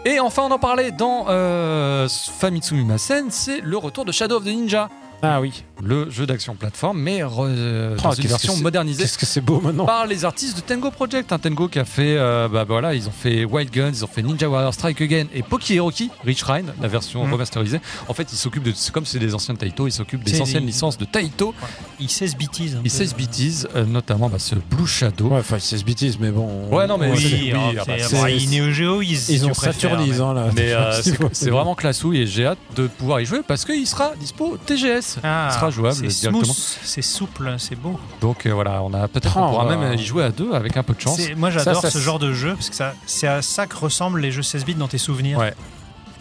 et enfin, on en parlait dans euh, Famitsu Mimasen, c'est le retour de Shadow of the Ninja
Ah oui.
le jeu d'action plateforme, mais re- euh,
Oh,
dans une
qu'est-ce
version
que c'est-
modernisée
Qu'est-ce que c'est beau maintenant.
par les artistes de Tango Project. Un Tango qui a fait, euh, bah voilà, ils ont fait Wild Guns, ils ont fait Ninja Warrior Strike Again et Poki Hiroki, Rich Rhine, la version
Mm.
remasterisée. En fait, ils s'occupent de, c'est comme c'est des anciens de Taito, ils s'occupent des
C'est
anciennes
des-
licences de Taito.
Il 16 bêtises.
Ils s'exbitisent notamment bah, ce Blue Shadow.
Ouais, enfin, c'est ce bêtise, mais bon.
Ouais, non, mais
Oui,
c'est- oui,
oui,
ah bah,
c'est-
Neo Geo, ils,
Ils ont
Saturnis.
Saturnisant, là.
Mais euh,
Si
c'est
vous-
c'est vraiment classouille et j'ai hâte de pouvoir y jouer parce qu'il sera dispo au TGS.
Ah,
Il sera jouable
c'est
directement.
smooth, c'est souple, c'est beau.
Donc euh, voilà, on a peut-être qu'on
Oh,
pourra
bah.
même y jouer à deux avec un peu de chance.
C'est- Moi
Ça,
j'adore
ça,
ce
c'est-
genre de jeu parce que ça, c'est à ça que ressemblent les jeux 16 bits dans tes souvenirs.
Ouais.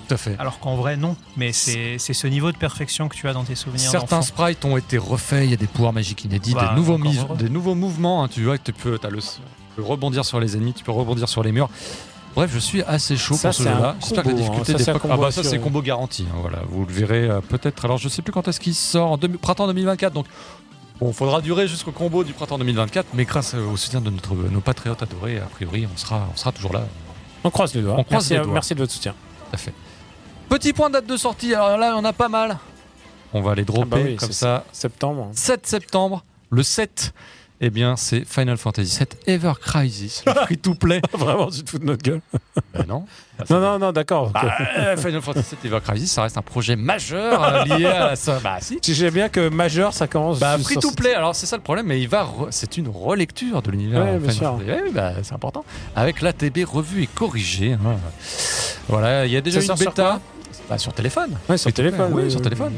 Tout à fait.
Alors qu'en vrai non, mais c'est c'est ce niveau de perfection que tu as dans tes souvenirs.
Certains
d'enfant.
sprites ont été refaits, il y a des pouvoirs magiques inédits,
Bah,
des, nouveaux
encore
mis-
heureux.
des nouveaux mouvements. hein, tu vois que tu peux, t'as le- tu peux rebondir sur les ennemis, tu peux rebondir sur les murs. Bref, je suis assez chaud
Ça,
pour ce
c'est un
jeu-là. J'espère que la
combo,
difficulté
hein, ça, c'est un
d'époque- Ah
combo
bah ça,
assuré.
c'est combo garanti. hein, voilà, vous le verrez euh, peut-être. Alors, je sais plus quand est-ce qu'il sort. en deux- printemps 2024. Donc, bon, faudra durer jusqu'au combo du printemps 2024. Mais grâce euh, au soutien de notre, nos patriotes adorés, a priori, on sera, on sera toujours là.
On croise les doigts.
On croise
merci, euh,
les doigts.
merci de votre soutien.
Petit point de date de sortie. Alors là, on a pas mal. On va les dropper
bah oui,
comme
c'est-
ça.
Septembre.
7 septembre, le 7, eh bien, c'est Final Fantasy VII Ever Crisis. Free to play.
Vraiment, tu te fous de notre gueule.
Bah non. Bah, c'est
Non,
bon.
non, non, d'accord.
Bah, euh, Final Fantasy VII Ever Crisis, ça reste un projet majeur euh, lié à la. ça- Bah si.
Tu sais bien que majeur, ça commence.
Bah,
sur-
free
sur-
to play, alors c'est ça le problème, mais il va re- c'est une relecture de l'univers
Ouais, bien
Final
sûr.
Fantasy. Ouais, ouais, bah, c'est important. Avec l'ATB revue et corrigée. hein. Voilà, il y a déjà
Ça
une
sort sur
bêta. Bah, sur téléphone.
Ouais, sur téléphone.
Oui, sur téléphone.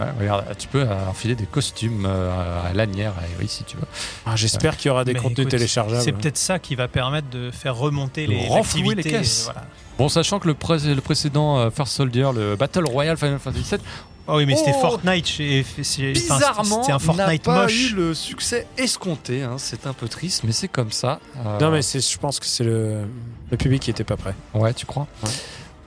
Ouais, regarde, tu peux euh, enfiler des costumes euh, à lanière, à Iris, si tu veux.
Ah, J'espère qu'il y aura des
Mais
contenus
écoute,
téléchargeables.
C'est peut-être ça qui va permettre de faire remonter
De
les
renflouer les
activités, euh,
caisses.
voilà.
Bon, sachant que le, pré- le précédent euh, First Soldier, le Battle Royale Final Fantasy VII,
Ah oui, mais c'était
Oh
Fortnite. chez- enfin, c'était-
bizarrement,
c'était un
n'a
Fortnite
pas
moche.
eu le succès escompté. hein. C'est un peu triste, mais c'est comme ça. Euh,
Non, mais c'est- je pense que c'est le... le public qui était pas prêt.
ouais, tu crois.
Ouais.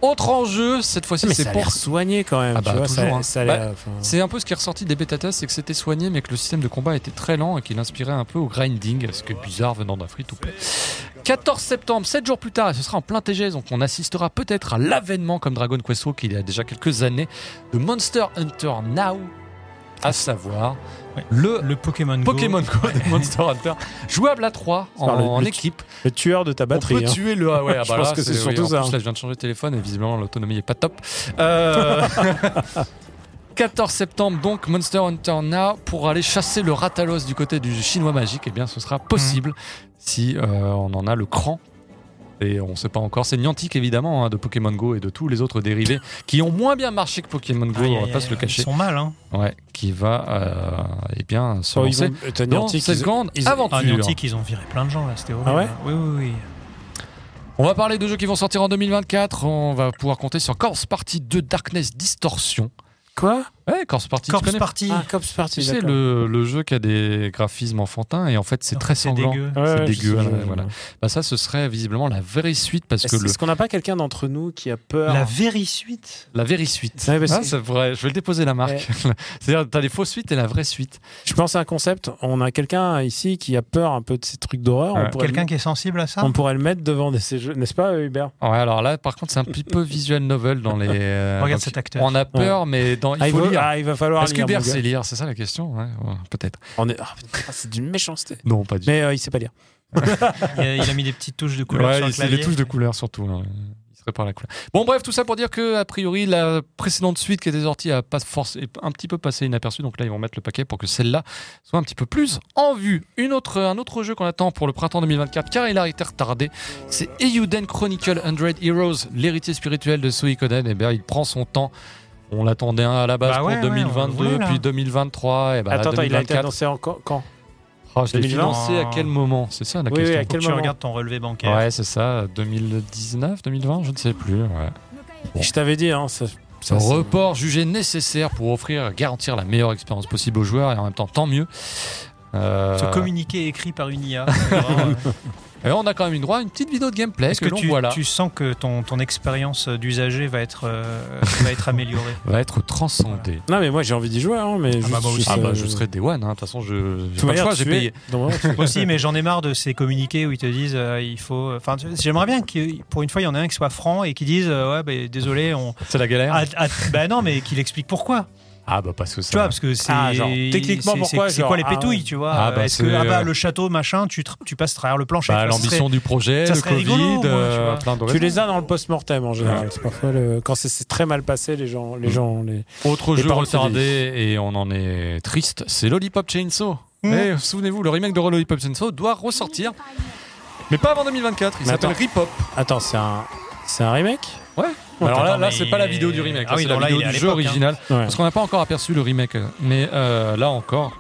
Autre enjeu, cette fois-ci,
Mais
c'est
c'est pour
pour
soigner quand même.
Ah bah,
tu vois,
toujours, hein.
ça, ça a l'air,
Bah,
enfin,
C'est un peu ce qui est ressorti des bêta tests, c'est que c'était soigné, mais que le système de combat était très lent et qu'il inspirait un peu au grinding, ce qui est bizarre venant d'un free to play. 14 septembre, 7 jours plus tard, et ce sera en plein TGS, donc on assistera peut-être à l'avènement, comme Dragon Quest WoW, qu'il y a déjà quelques années, de Monster Hunter Now, à savoir
Ah, Ouais.
le
Le Pokémon Go.
Pokémon Go de Monster Hunter, jouable à 3 en,
Par le-
en
le-
équipe.
le tueur de ta batterie.
on peut
hein.
tuer le. Ah ouais, ah
Je
bah
pense
là,
que c'est
oui,
surtout
en
ça,
plus,
hein.
là, je viens de changer de téléphone et visiblement l'autonomie est pas top. Euh, 14 septembre, donc Monster Hunter Now pour aller chasser le Ratalos du côté du chinois magique. Eh bien, ce sera
Mhm.
possible si euh, on en a le cran. Et on ne sait pas encore. C'est Niantic évidemment hein, de Pokémon Go et de tous les autres dérivés qui ont moins bien marché que Pokémon Go.
Aïe,
on va
aïe,
pas se le
aïe,
cacher.
Ils sont mal, hein.
Ouais, qui va euh, eh bien se
Oh, ils
lancer
vont- euh, t'as
dans
Niantic,
cette
ils-
grande
ils-
aventure.
Ah, Niantic, ils ont viré plein de gens là, c'était horrible.
Ah ouais
Oui, oui, oui.
On va parler de jeux qui vont sortir en 2024. On va pouvoir compter sur Corpse Party 2 Darkness Distortion.
Quoi
Ouais, Corpse Party, tu
Corpse
connais
Party.
Ah, Cops Party.
Tu sais,
d'accord.
le, le jeu qui a des graphismes enfantins et en fait, c'est
Non,
très sanglant.
dégueu.
Ouais,
c'est
ouais,
dégueu,
je sais,
hein,
je-
voilà. Bah, ça, ce serait visiblement la vraie suite parce que
Est-ce
le,
est-ce qu'on n'a pas quelqu'un d'entre nous qui a peur
La Very Suite.
la vraie suite.
Ouais, parce
Ah,
que-
c'est vrai, je vais le déposer la marque. C'est-à-dire, t'as les fausses suites et la vraie suite.
Je pense à un concept. On a quelqu'un ici qui a peur un peu de ces trucs d'horreur.
Ouais.
On, pourrait
Quelqu'un
le-
qui est sensible à ça
on pourrait le mettre devant de ces jeux, n'est-ce pas, euh, Hubert
Ouais, alors là, par contre, c'est un petit peu visual novel dans les. euh,
Regarde
donc,
cet acteur.
On a peur, mais dans, il
Ah,
faut
va,
lire.
ah, il va falloir
Est-ce
lire.
qu'Hubert
mon gars.
sait lire C'est ça la question Ouais, ouais, Peut-être.
On est... ah, putain, c'est d'une méchanceté.
Non, pas du
Mais euh, il sait pas lire.
Il a, il a mis des petites touches de couleur
Ouais,
sur le
c'est
clavier.
les touches de couleur surtout. hein. Il se répare la couleur. Bon, bref, tout ça pour dire que, a priori, la précédente suite qui était sortie a pas force, est un petit peu passé inaperçue. Donc là, ils vont mettre le paquet pour que celle-là soit un petit peu plus en vue. Une autre, un autre jeu qu'on attend pour le printemps 2024, car il a été retardé, c'est Eiyuden Chronicle 100 Heroes, l'héritier spirituel de Suikoden. Et bien, il prend son temps. On l'attendait hein, à la base
Bah ouais, ouais,
pour
on le
2022,
voulait, là.
puis 2023, et bah,
attends, attends, il a été
2024.
annoncé en quand, quand
Oh, je l'ai
2020.
financé à quel moment C'est ça la
Oui, oui,
question.
à
Faut
quel
que tu
moment
regardes ton relevé bancaire.
Ouais, c'est ça, 2019, 2020, je ne sais plus. ouais. Bon.
Je t'avais dit, hein, ça,
Ce
ça, c'est-
report jugé nécessaire pour offrir, garantir la meilleure expérience possible aux joueurs et en même temps, tant mieux. Euh,
Ce communiqué écrit par une IA. c'est vraiment, euh,
et on a quand même eu droit à une petite vidéo de gameplay
Est-ce
que,
que,
l'on
tu,
voit là.
tu sens que ton, ton expérience d'usager va être, euh, va être améliorée
va être transcendée.
Non, mais moi j'ai envie d'y jouer. hein, mais juste-
bah, moi aussi.
juste,
Ah bah
euh,
je serai des one, hein. de toute façon je
de
j'ai
toute
pas le
manière,
choix, j'ai
tu es-
payé. Ah,
Non, vraiment, tu-
aussi, mais j'en ai marre de ces communiqués où ils te disent euh, il faut. Enfin, tu- j'aimerais bien que pour une fois il y en ait un qui soit franc et qui dise euh, ouais, bah, désolé, on.
C'est la galère.
Ah,
Ah,
ah, bah non, mais qu'il explique pourquoi.
bah parce que ça.
Ah, Tu vois, parce que c'est.
Ah, genre, techniquement,
c'est-
pourquoi,
C'est c'est
genre,
quoi les
ah ouais.
pétouilles, tu vois
Ah, bah,
Est-ce que
c'est,
ah, bah,
euh,
le château, machin, tu, te- tu passes travers le plancher
bah,
tu vois, ça serait-
l'ambition du projet,
ça
le
serait
Covid,
rigolo, au moins, tu
euh,
vois.
plein de
Tu
raisons.
les as dans le post-mortem en général. C'est parfois le- quand c'est c'est très mal passé, les gens,
Mm.
les gens, les,
Autre
Les
jeu
paroles
retardé et on en est triste, c'est Lollipop Chainsaw.
Mmh.
Eh, Souvenez-vous, le remake de Lollipop Chainsaw doit ressortir, mais pas avant 2024. Il
Mais
s'appelle
attends.
Ripop.
Attends, c'est un, c'est un remake
Alors là,
attends,
là
mais-
c'est pas la vidéo du remake,
Ah
là,
oui,
c'est
non,
la
là,
vidéo
il est à
du jeu
l'époque,
original.
Ouais.
Parce qu'on n'a pas encore aperçu le remake, euh, mais euh, là encore,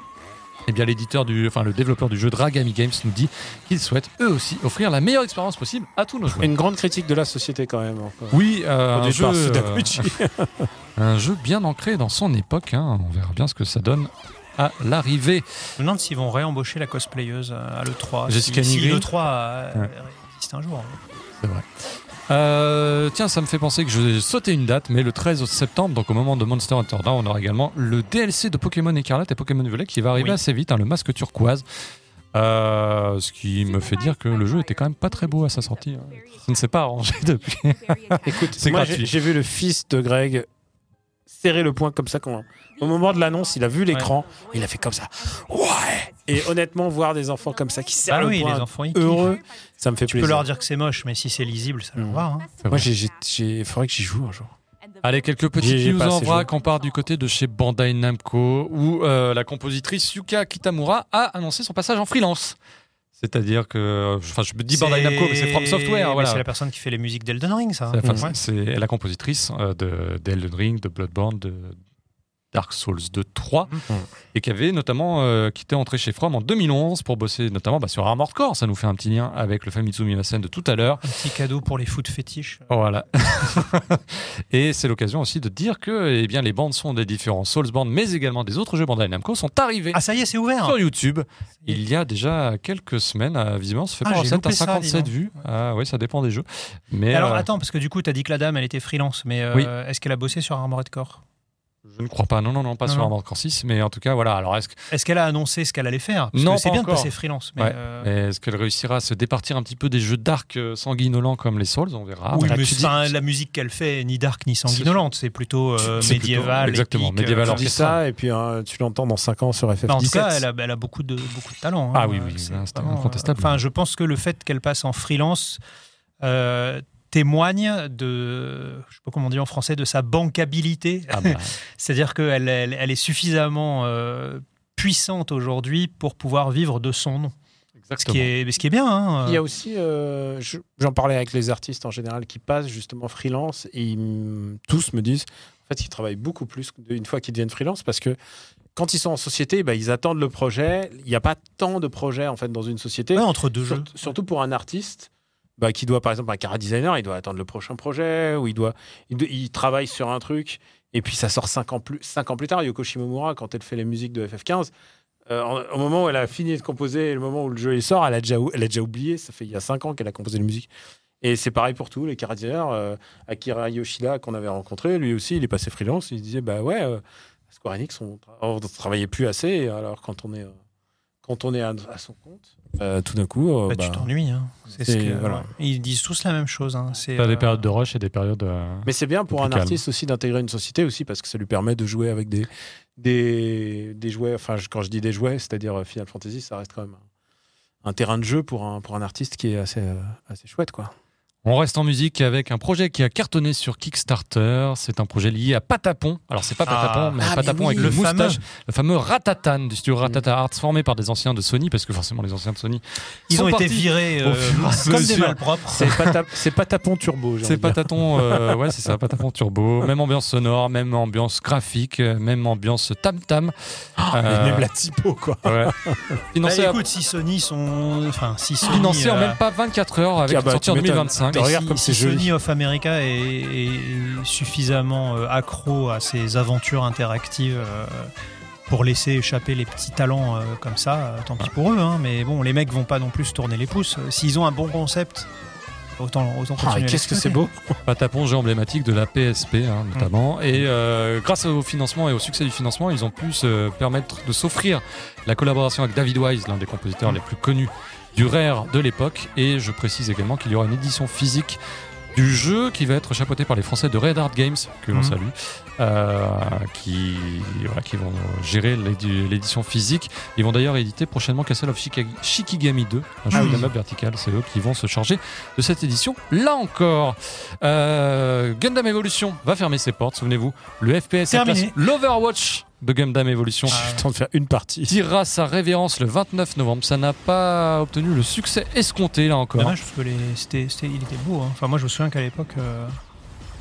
eh bien l'éditeur du, enfin le développeur du jeu Dragami Games nous dit qu'ils souhaitent eux aussi offrir la meilleure expérience possible à tous nos joueurs.
Une grande critique de la société quand même. hein, quoi.
Oui, euh,
Au
un, jeu,
départ, c'est
euh,
Daguchi.
un jeu bien ancré dans son époque. hein. On verra bien ce que ça donne à l'arrivée.
Je me demande s'ils vont réembaucher la cosplayeuse euh, à l'E3.
Jessica
si, si
Nigri
l'E3 euh,
Ouais.
existe un jour. hein.
Euh, tiens, ça me fait penser que j'ai sauté une date, mais le 13 septembre, donc au moment de Monster Hunter Down, on aura également le DLC de Pokémon Écarlate et Pokémon Violet qui va arriver
Oui.
assez vite, hein, le masque turquoise. Euh, ce qui me fait dire que le jeu était quand même pas très beau à sa sortie. hein. Ça ne s'est pas hein. arrangé depuis.
Écoute,
C'est
moi,
gratuit.
j'ai- j'ai vu le fils de Greg serrer le poing comme ça quand au moment de l'annonce, il a vu l'écran, il a fait comme ça. Ouais. Et honnêtement, voir des enfants comme ça qui serrent
Ah
le
oui,
poing,
les enfants, ils kiffent.
heureux, ça me fait
Tu
plaisir.
peux leur dire que c'est moche, mais si c'est lisible, ça
Mmh.
leur
Mm.
va. hein.
C'est
Moi,
vrai.
j'ai- j'ai- j'ai- il faudrait que j'y joue un jour.
Allez, quelques
J'ai- j'ai
petites news
pas
en
assez
vrac. On part du côté de chez Bandai Namco où euh, la compositrice Yuka Kitamura a annoncé son passage en freelance. C'est-à-dire que. Enfin, je me dis Bandai Namco, mais c'est From Software.
Mais
Voilà.
C'est la personne qui fait les musiques d'Elden Ring, ça. hein.
C'est la,
Mhm.
c'est la compositrice euh, de d'Elden Ring, de Bloodborne, de Dark Souls 2 3
Mhm.
et qui avait notamment euh, quitté entré chez From en 2011 pour bosser notamment bah, sur Armored Core. Ça nous fait un petit lien avec le Famitsu Mimasen de tout à l'heure.
Un petit cadeau pour les foot fétiches.
Voilà. et c'est l'occasion aussi de dire que eh bien, les bandes sont des différents Souls Band, mais également des autres jeux Bandai Namco sont arrivés
Ah, ça y est, c'est ouvert.
sur YouTube. Il y a déjà quelques semaines, euh, visiblement, ça fait
Ah,
pas
j'ai
7 à
loupé ça,
57
dis donc.
vues. Ah oui, ça dépend des jeux. Mais
Alors
euh,
attends, parce que du coup, t'as dit que la dame, elle était freelance, mais euh,
Oui.
est-ce qu'elle a bossé sur Armored Core
je ne crois pas. Non, non, non, pas
Non,
sur
non.
Armored Core 6. Mais en tout cas, voilà. Alors, est-ce que-
Est-ce qu'elle a annoncé ce qu'elle allait faire Parce
Non,
que c'est
pas
bien de
encore.
passer freelance, mais
Ouais.
euh,
mais est-ce qu'elle réussira à se départir un petit peu des jeux dark euh, sanguinolents comme les Souls On verra.
oui,
Voilà,
mais
tu dis-
enfin, la musique qu'elle fait est ni dark ni sanguinolente, c'est plutôt euh,
C'est plutôt-
médiéval.
exactement,
épique,
médiéval
euh,
Alors,
tu dis
qu'est-ce ça
ça, et puis hein, tu l'entends dans 5 ans sur FF17.
Bah, en tout cas, elle a, elle a beaucoup, de, beaucoup de talent. hein.
Ah oui, oui,
C'est
là, c'était
vraiment, euh,
incontestable.
Enfin, je pense que le fait qu'elle passe en freelance euh, témoigne de, je sais pas comment on dit en français, de sa bancabilité.
Ah bah,
C'est-à-dire qu'elle elle, elle est suffisamment euh, puissante aujourd'hui pour pouvoir vivre de son nom. Ce
exactement.
qui est, ce qui est bien. hein.
Il y a aussi, euh, je- j'en parlais avec les artistes en général qui passent justement freelance et ils m- tous me disent en fait ils travaillent beaucoup plus une fois qu'ils deviennent freelance parce que quand ils sont en société, bah, ils attendent le projet. Il n'y a pas tant de projets en fait dans une société.
Ouais, entre deux
Surt-
jeux.
Surtout pour un artiste bah, qui doit, par exemple, un cara designer, il doit attendre le prochain projet, ou il, doit, il, doit- il travaille sur un truc, et puis ça sort cinq ans plus, cinq ans plus tard. Yoko Shimomura, quand elle fait les musiques de FF15, euh, en- au moment où elle a fini de composer et le moment où le jeu il sort, elle a déjà, ou- elle a déjà oublié, ça fait il y a cinq ans qu'elle a composé les musiques. Et c'est pareil pour tout, les cara designers, euh, Akira Yoshida qu'on avait rencontré, lui aussi, il est passé freelance, il disait, bah ouais, euh, à Square Enix, on ne travaillait plus assez, alors quand on est, euh, quand on est à, à son compte, euh, tout d'un coup... euh,
Bah,
bah,
tu t'ennuies. hein. C'est ce
c'est-
que-
voilà.
Ils disent tous la même chose. hein. C'est
T'as
euh,
des périodes de rush et des périodes. euh,
Mais c'est bien pour
Plus
un
calme.
artiste aussi d'intégrer une société aussi parce que ça lui permet de jouer avec des des, des jouets. Enfin, je- quand je dis des jouets, c'est-à-dire euh, Final Fantasy, ça reste quand même un, un terrain de jeu pour un pour un artiste qui est assez euh, assez chouette quoi.
On reste en musique avec un projet qui a cartonné sur Kickstarter. C'est un projet lié à Patapon. Alors, c'est pas Patapon,
Ah.
mais
Ah, mais
Patapon
oui.
avec le
Le fameux. Mm.
moustache. Le fameux Ratatan du studio Ratata Arts, formé par des anciens de Sony, parce que forcément, les anciens de Sony.
Ils
sont
ont été
partis.
virés
Au
euh,
fur et à
comme des
mesure.
malpropres.
C'est pas ta- c'est pas tapon turbo. j'ai
C'est
envie de dire.
Pataton, euh, ouais, c'est ça, Pataton Turbo. Même ambiance sonore, même ambiance graphique, euh, même ambiance tam-tam. Euh,
Même la typo quoi.
ouais.
Bah,
Financé, à-
écoute, si Sony sont, enfin, si Sony,
financé en
euh,
même pas 24 heures avec
Ah
une
bah,
sortie en
tu m'étonnes.
2025.
T'as-
mais
Regarde
si,
comme
si
c'est joli.
Sony of America est, est suffisamment euh, accro à ses aventures interactives euh, pour laisser échapper les petits talents euh, comme ça, euh, tant pis pour eux. hein. mais bon, les mecs vont pas non plus se tourner les pouces. Euh, S'ils ont un bon concept, autant, autant
Ah,
continuer. à
Qu'est-ce que
l'exploiter.
c'est beau.
Patapon, jeu emblématique de la PSP hein, notamment.
Mm.
Et euh, grâce au financement et au succès du financement, ils ont pu se permettre de s'offrir la collaboration avec David Wise, l'un des compositeurs les plus connus du rare de l'époque. Et je précise également qu'il y aura une édition physique du jeu qui va être chapeautée par les Français de Red Art Games, que l'on
Mhm.
salue, euh, qui, voilà, qui vont gérer l'édi- l'édition physique. Ils vont d'ailleurs éditer prochainement Castle of Shika- Shikigami 2, un jeu
Ah
de
oui.
la map verticale. C'est eux qui vont se charger de cette édition. Là encore, euh, Gundam Evolution va fermer ses portes, souvenez-vous. Le FPS à
Terminé.
classe- l'Overwatch de Gundam Evolution
Ah.
Je tente de faire une partie.
tirera sa révérence le 29 novembre. Ça n'a pas obtenu le succès escompté là encore.
Dommage parce que les- c'était- c'était- il était beau. hein. Enfin, moi, je me souviens qu'à l'époque, euh,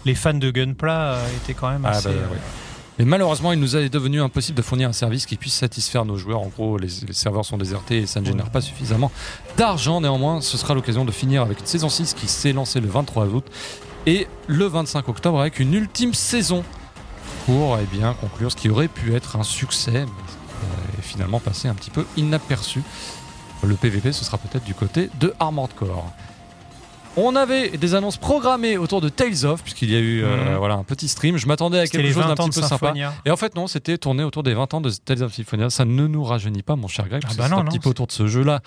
les fans de Gunpla euh, étaient quand même
Ah,
assez.
bah, ouais. Et malheureusement, il nous est devenu impossible de fournir un service qui puisse satisfaire nos joueurs. En gros, les, les serveurs sont désertés et ça ne génère pas suffisamment d'argent. Néanmoins, ce sera l'occasion de finir avec une saison 6 qui s'est lancée le 23 août et le 25 octobre avec une ultime saison pour eh bien, conclure ce qui aurait pu être un succès, mais qui est finalement passé un petit peu inaperçu. Le PVP, ce sera peut-être du côté de Armored Core. On avait des annonces programmées autour de Tales of, puisqu'il y a eu euh,
Mhm.
voilà, un petit stream. Je m'attendais à
C'était
quelque
les
chose
20
d'un
ans
petit
de
peu
hein.
sympa.
Symphonia.
Et en fait, non, c'était tourné autour des 20 ans de Tales of Symphonia. Ça ne nous rajeunit pas, mon cher Greg, parce
Ah bah
que c'est
non,
un
non,
petit peu autour de ce jeu-là.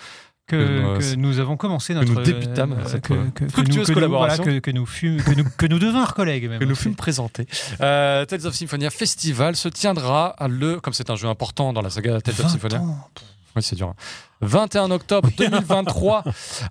que,
Euh,
que
c'est-
nous avons commencé
nous
notre
débutâmes
euh,
cette,
que,
euh,
que- que
fructueuse
nous- que nous-
collaboration.
voilà, que, que nous fûmes- que nous que nous devinrent collègues même.
que nous fûmes présentés. Euh, Tales of Symphonia Festival se tiendra le, comme c'est un jeu important dans la saga Tales of
20
Symphonia.
ans.
Oui, c'est dur. hein. 21 octobre 2023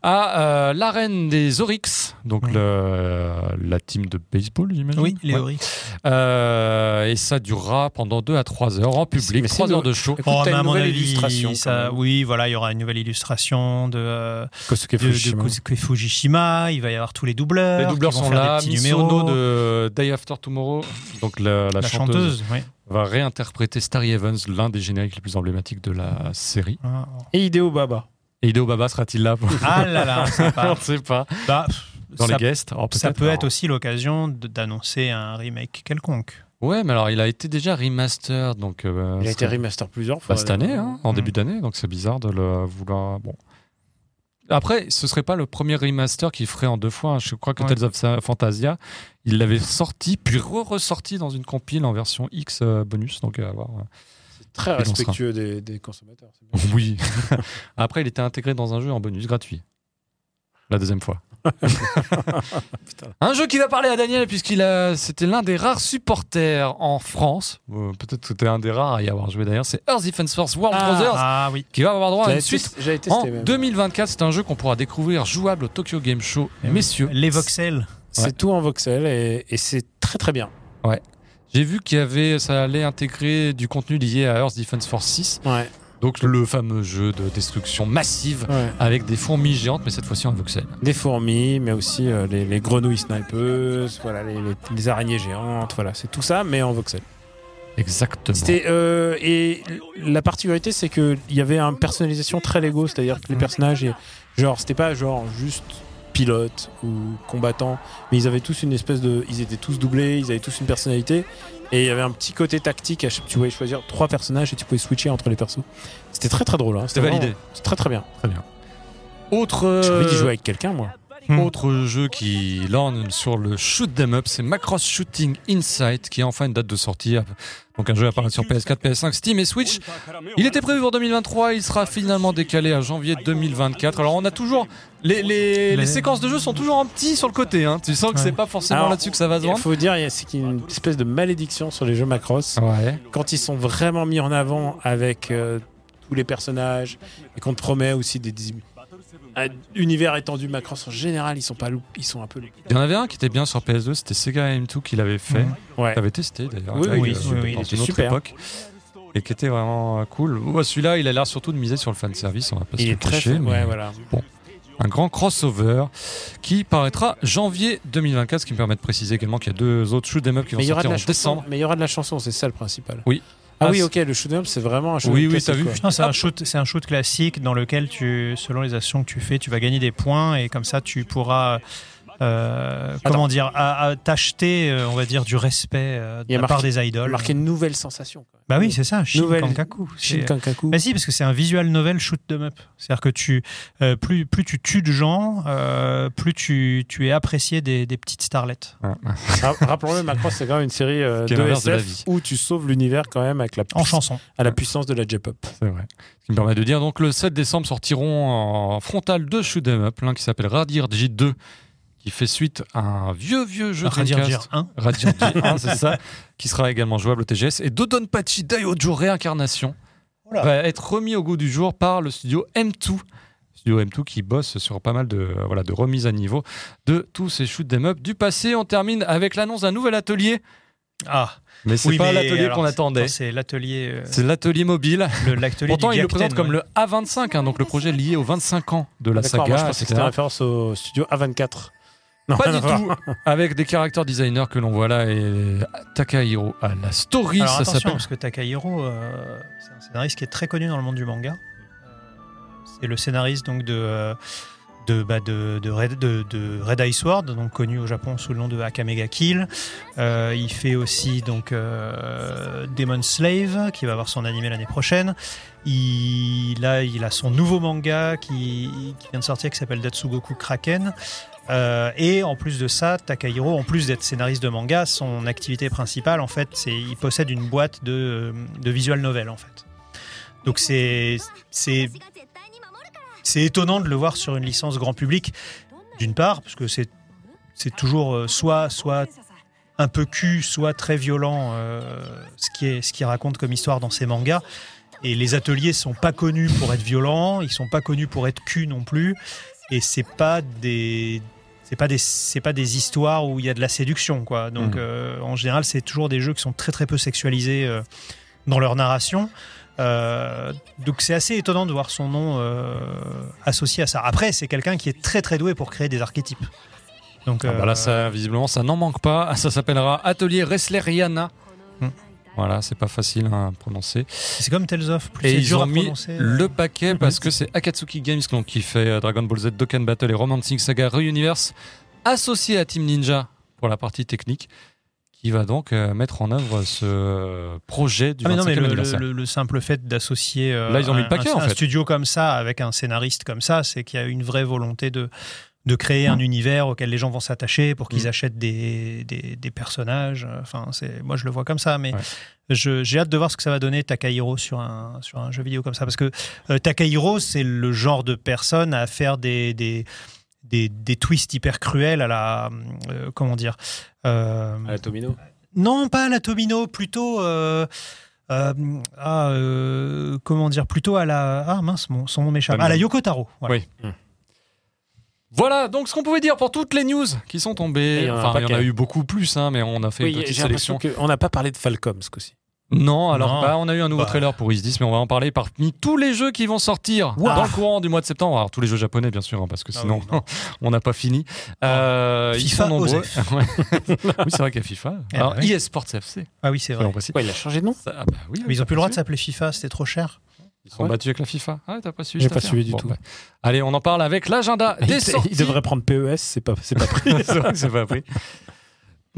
à euh, l'arène des Oryx, donc
Oui.
le, euh, la team de baseball, j'imagine.
Oui, les
Ouais.
Oryx.
Euh, et ça durera pendant 2 à 3 heures en public,
mais c'est
3 heures
nous-
de show.
Écoute,
Oh,
t'as
mais
une
à mon
nouvelle
avis,
illustration,
ça-
quand même.
oui, voilà, il y aura une nouvelle illustration de, euh,
Kosuke
de, de
Fukushima.
Kosuke Fujishima. Il va y avoir tous les doubleurs.
Les
qui
doubleurs
vont
sont
faire
là,
Des petits
Misono
numéros.
de Day After Tomorrow, donc la, la
la
chanteuse
chanteuse. oui.
va réinterpréter Starry Evans, l'un des génériques les plus emblématiques de la série.
Ah,
Et Hideo Baba.
Et Hideo Baba sera-t-il là pour...
ah là là, c'est
On
pas-
ne sait pas.
bah, pff,
Dans
ça,
les guests oh, alors
ça peut
alors.
être aussi l'occasion de- d'annoncer un remake quelconque.
Ouais, mais alors il a été déjà remaster, donc. euh,
Il a
ce
été
serait-
remaster plusieurs
Bah,
fois.
cette année, hein, en
Mm.
début d'année, donc c'est bizarre de le vouloir. Bon. Après, ce serait pas le premier remaster qu'il ferait en deux fois. hein. Je crois que
Ouais.
Tales of Sa- Fantasia, il l'avait sorti, puis re-ressorti dans une compile en version X euh, bonus. Donc, à voir.
C'est très
Il en sera.
respectueux des, des consommateurs. c'est bien.
Oui. Après, il était intégré dans un jeu en bonus gratuit. La deuxième fois. un jeu qui va parler à Daniel, puisqu'il a... c'était l'un des rares supporters en France. Euh, Peut-être que c'était un des rares à y avoir joué d'ailleurs. C'est Earth Defense Force World
Ah,
Brothers
Ah oui.
qui va avoir droit à
J'avais
Oh, une suite
test- J'avais testé
En
même.
2024, c'est un jeu qu'on pourra découvrir jouable au Tokyo Game Show.
Eh oui.
Messieurs,
Les voxels.
C'est
Ouais.
tout en voxel et, et c'est très très bien.
j'ai vu qu'il y avait, ça allait intégrer du contenu lié à Earth Defense Force 6,
Ouais.
donc le fameux jeu de destruction massive avec des fourmis géantes, mais cette fois-ci en voxel.
Des fourmis, mais aussi euh, les, les grenouilles snipeuses, voilà, les, les- les araignées géantes, voilà, c'est tout ça, mais en voxel.
Exactement.
C'était euh, et la particularité, c'est que il y avait une personnalisation très Lego, c'est-à-dire que les
Mhm.
personnages, et- genre, c'était pas genre juste pilote ou combattant, mais ils avaient tous une espèce de, ils étaient tous doublés, ils avaient tous une personnalité, et il y avait un petit côté tactique. à chaque- Tu pouvais choisir trois personnages et tu pouvais switcher entre les persos. C'était très très drôle. Hein.
C'était
vraiment-
validé.
C'était très très bien.
Autre,
J'ai envie d'y jouer Hmm.
euh,
avec quelqu'un, moi.
autre jeu qui lorne sur le shoot 'em up, c'est Macross Shooting Insight, qui a enfin une date de sortie. Donc un jeu apparaît sur PS4, PS5, Steam et Switch. Il était prévu pour 2023, il sera finalement décalé à janvier 2024. Alors on a toujours les, les- les séquences de jeu sont toujours en petit sur le côté. hein. Tu sens que c'est
Ouais.
pas forcément
Alors,
là-dessus que ça va se
Il
vendre.
faut dire, il y a- c'est qu'il y a une espèce de malédiction sur les jeux Macross.
Ouais.
Quand ils sont vraiment mis en avant avec euh, tous les personnages et qu'on te promet aussi des, des- un univers étendu Macross en général, ils sont pas loup- ils sont un peu loupés.
Il y en avait un qui était bien sur PS2, c'était Sega M2 qui l'avait fait.
Mhm.
Ouais.
Tu avais testé d'ailleurs.
Oui,
avec,
oui,
euh,
oui, oui, il
dans
était
une autre
super.
époque. Et qui était vraiment euh, cool. Oh, Celui-là, il a l'air surtout de miser sur le fanservice, on va pas se
Il
le
est très
cacher.
fort.
mais-
Ouais, voilà.
un grand crossover qui paraîtra janvier 2024, ce qui me permet de préciser également qu'il y a deux autres shoot 'em up qui vont
Mais il y aura de
sortir en
la chanson.
décembre.
Mais il y aura de la chanson, c'est ça le principal.
Oui.
Ah,
Ah,
oui,
c'est-
ok, le shoot 'em up, c'est vraiment un shoot
Oui, oui,
classique,
t'as vu.
quoi.
Non, c'est un shoot, c'est un shoot classique dans lequel tu, selon les actions que tu fais, tu vas gagner des points et comme ça tu pourras, euh, comment dire, à- à t'acheter, euh, on va dire, du respect euh, de
Il y a
la part
marqué-
des idoles.
Marquer une nouvelle sensation. quoi.
Bah oui, c'est ça, Shin
Nouvelle-
Kankaku.
Shin
C'est-
Kankaku.
Bah si, parce que c'est un visual novel shoot 'em up. C'est-à-dire que tu, euh, plus, plus tu tues de gens, euh, plus tu, tu es apprécié des, des petites starlettes.
Ra- Rappelons-le, Macross, c'est quand même une série euh,
Qui est
de
l'inverse de la
SF
vie.
où tu sauves l'univers quand même avec la
En
puce-
chanson.
à la puissance de la J-pop.
C'est vrai. Ce qui me permet de dire, donc le 7 décembre sortiront en frontal deux shoot 'em up, l'un qui s'appelle Radir J2, qui fait suite à un vieux, vieux jeu
Radir
Dreamcast.
dire 1.
Radir J1, c'est ça, qui sera également jouable au TGS. Et Dodonpachi Daiojo Réincarnation
Oula.
va être remis au goût du jour par le studio M2. Studio M2 qui bosse sur pas mal de, euh, voilà, de remises à niveau de tous ces shoot 'em up du passé. On termine avec l'annonce d'un nouvel atelier.
Ah,
Mais c'est
oui,
pas
mais
l'atelier
alors,
qu'on
c'est-
attendait.
attends, C'est l'atelier. euh,
C'est l'atelier mobile.
le- l'atelier
Pourtant,
du
il le
Gakuten,
présente comme
ouais.
le A25, hein, donc le projet lié aux 25 ans de la
D'accord,
saga.
moi, je pensais que
etc.
c'était une référence au studio A24. Non,
Pas
rien à
du
voir.
tout. Avec des caractères designers que l'on voit là et Takahiro à la story,
Alors
ça
attention,
s'appelle.
parce que Takahiro, euh, c'est un scénariste qui est très connu dans le monde du manga. Euh, C'est le scénariste donc de euh, de, bah, de, de Red, de- de Red Eye Sword, donc connu au Japon sous le nom de Akamega Kill. Euh, il fait aussi donc euh, Demon Slave, qui va avoir son animé l'année prochaine. Il a, il a son nouveau manga qui, qui vient de sortir qui s'appelle Datsugoku Kraken. Euh, et en plus de ça, Takahiro, en plus d'être scénariste de manga, son activité principale, en fait, c'est il possède une boîte de, de visual novel, en fait. Donc c'est c'est c'est étonnant de le voir sur une licence grand public, d'une part, parce que c'est c'est toujours euh, soit soit un peu cul, soit très violent, euh, ce qui est ce qu'il raconte comme histoire dans ses mangas. Et les ateliers sont pas connus pour être violents, ils sont pas connus pour être cul non plus. Et c'est pas des c'est pas des c'est pas des histoires où il y a de la séduction quoi. Donc
Mhm.
euh, en général c'est toujours des jeux qui sont très très peu sexualisés euh, dans leur narration. Euh, donc c'est assez étonnant de voir son nom euh, associé à ça. Après c'est quelqu'un qui est très très doué pour créer des archétypes. Donc
Ah bah là,
euh,
ça, visiblement, ça n'en manque pas. Ça s'appellera Atelier Wrestler Rihanna.
Hmm.
Voilà, c'est pas facile hein, à prononcer.
C'est comme Tales of, plus
Et
c'est
ils
dur
ont
à
mis
prononcer.
le Ah, paquet
Mhm.
parce que c'est Akatsuki Games donc, qui fait euh, Dragon Ball Z, Dokkan Battle et Romancing Saga Reuniverse associé à Team Ninja pour la partie technique qui va donc euh, mettre en œuvre ce projet du
Ah mais non, mais
25e
le,
anniversaire.
le- le simple fait d'associer euh,
Là, ils ont mis
un,
le paquet,
un-
en
un
fait.
studio comme ça avec un scénariste comme ça, c'est qu'il y a une vraie volonté de, de créer un univers auquel les gens vont s'attacher pour qu'ils
Mm.
achètent des, des, des personnages. Enfin, c'est moi je le vois comme ça, mais
Ouais.
je- j'ai hâte de voir ce que ça va donner Takahiro sur un, sur un jeu vidéo comme ça, parce que euh, Takahiro c'est le genre de personne à faire des, des des, des twists hyper cruels à la euh, comment dire euh,
À la Tomino.
non, pas à la Tomino, plutôt. euh, euh, ah, euh, comment dire Plutôt à la. Ah mince, mon- son nom m'échappe.
Tomino.
À la Yoko Taro. voilà.
Oui. Voilà donc ce qu'on pouvait dire pour toutes les news qui sont
Et il
tombées.
y en a un
Enfin, il y en a
paquet.
eu beaucoup plus, hein, mais on a fait
Oui,
une petite
j'ai
sélection.
l'impression qu'on n'a pas parlé de Falcom ce coup-ci.
Non, alors
Non.
bah, on a eu un nouveau
Bah.
trailer pour Is 10, mais on va en parler parmi tous les jeux qui vont sortir
Ouah.
dans le courant du mois de septembre. Alors tous les jeux japonais, bien sûr, hein, parce que
Ah
sinon
oui, non.
on n'a pas fini. Euh, ils
FIFA
sont nombreux.
Osef.
Ouais. oui, c'est vrai qu'il y a FIFA.
Eh
Alors, E
ben oui.
eSports FC,
Ah oui, c'est vrai.
soyons précis.
Ouais, il a changé de nom.
Ça- ah bah oui,
Mais ils ont plus le droit de
ça.
s'appeler FIFA, c'était trop cher.
Ils sont
Ouais.
battus avec la FIFA. Ah, ouais, t'as pas suivi
J'ai
cette
pas
affaire. bah.
suivi du tout.
Allez, on en parle avec l'agenda
Ah,
Il,
des sorties.
il devrait prendre PES, c'est pas, c'est pas pris.
C'est vrai que c'est pas pris.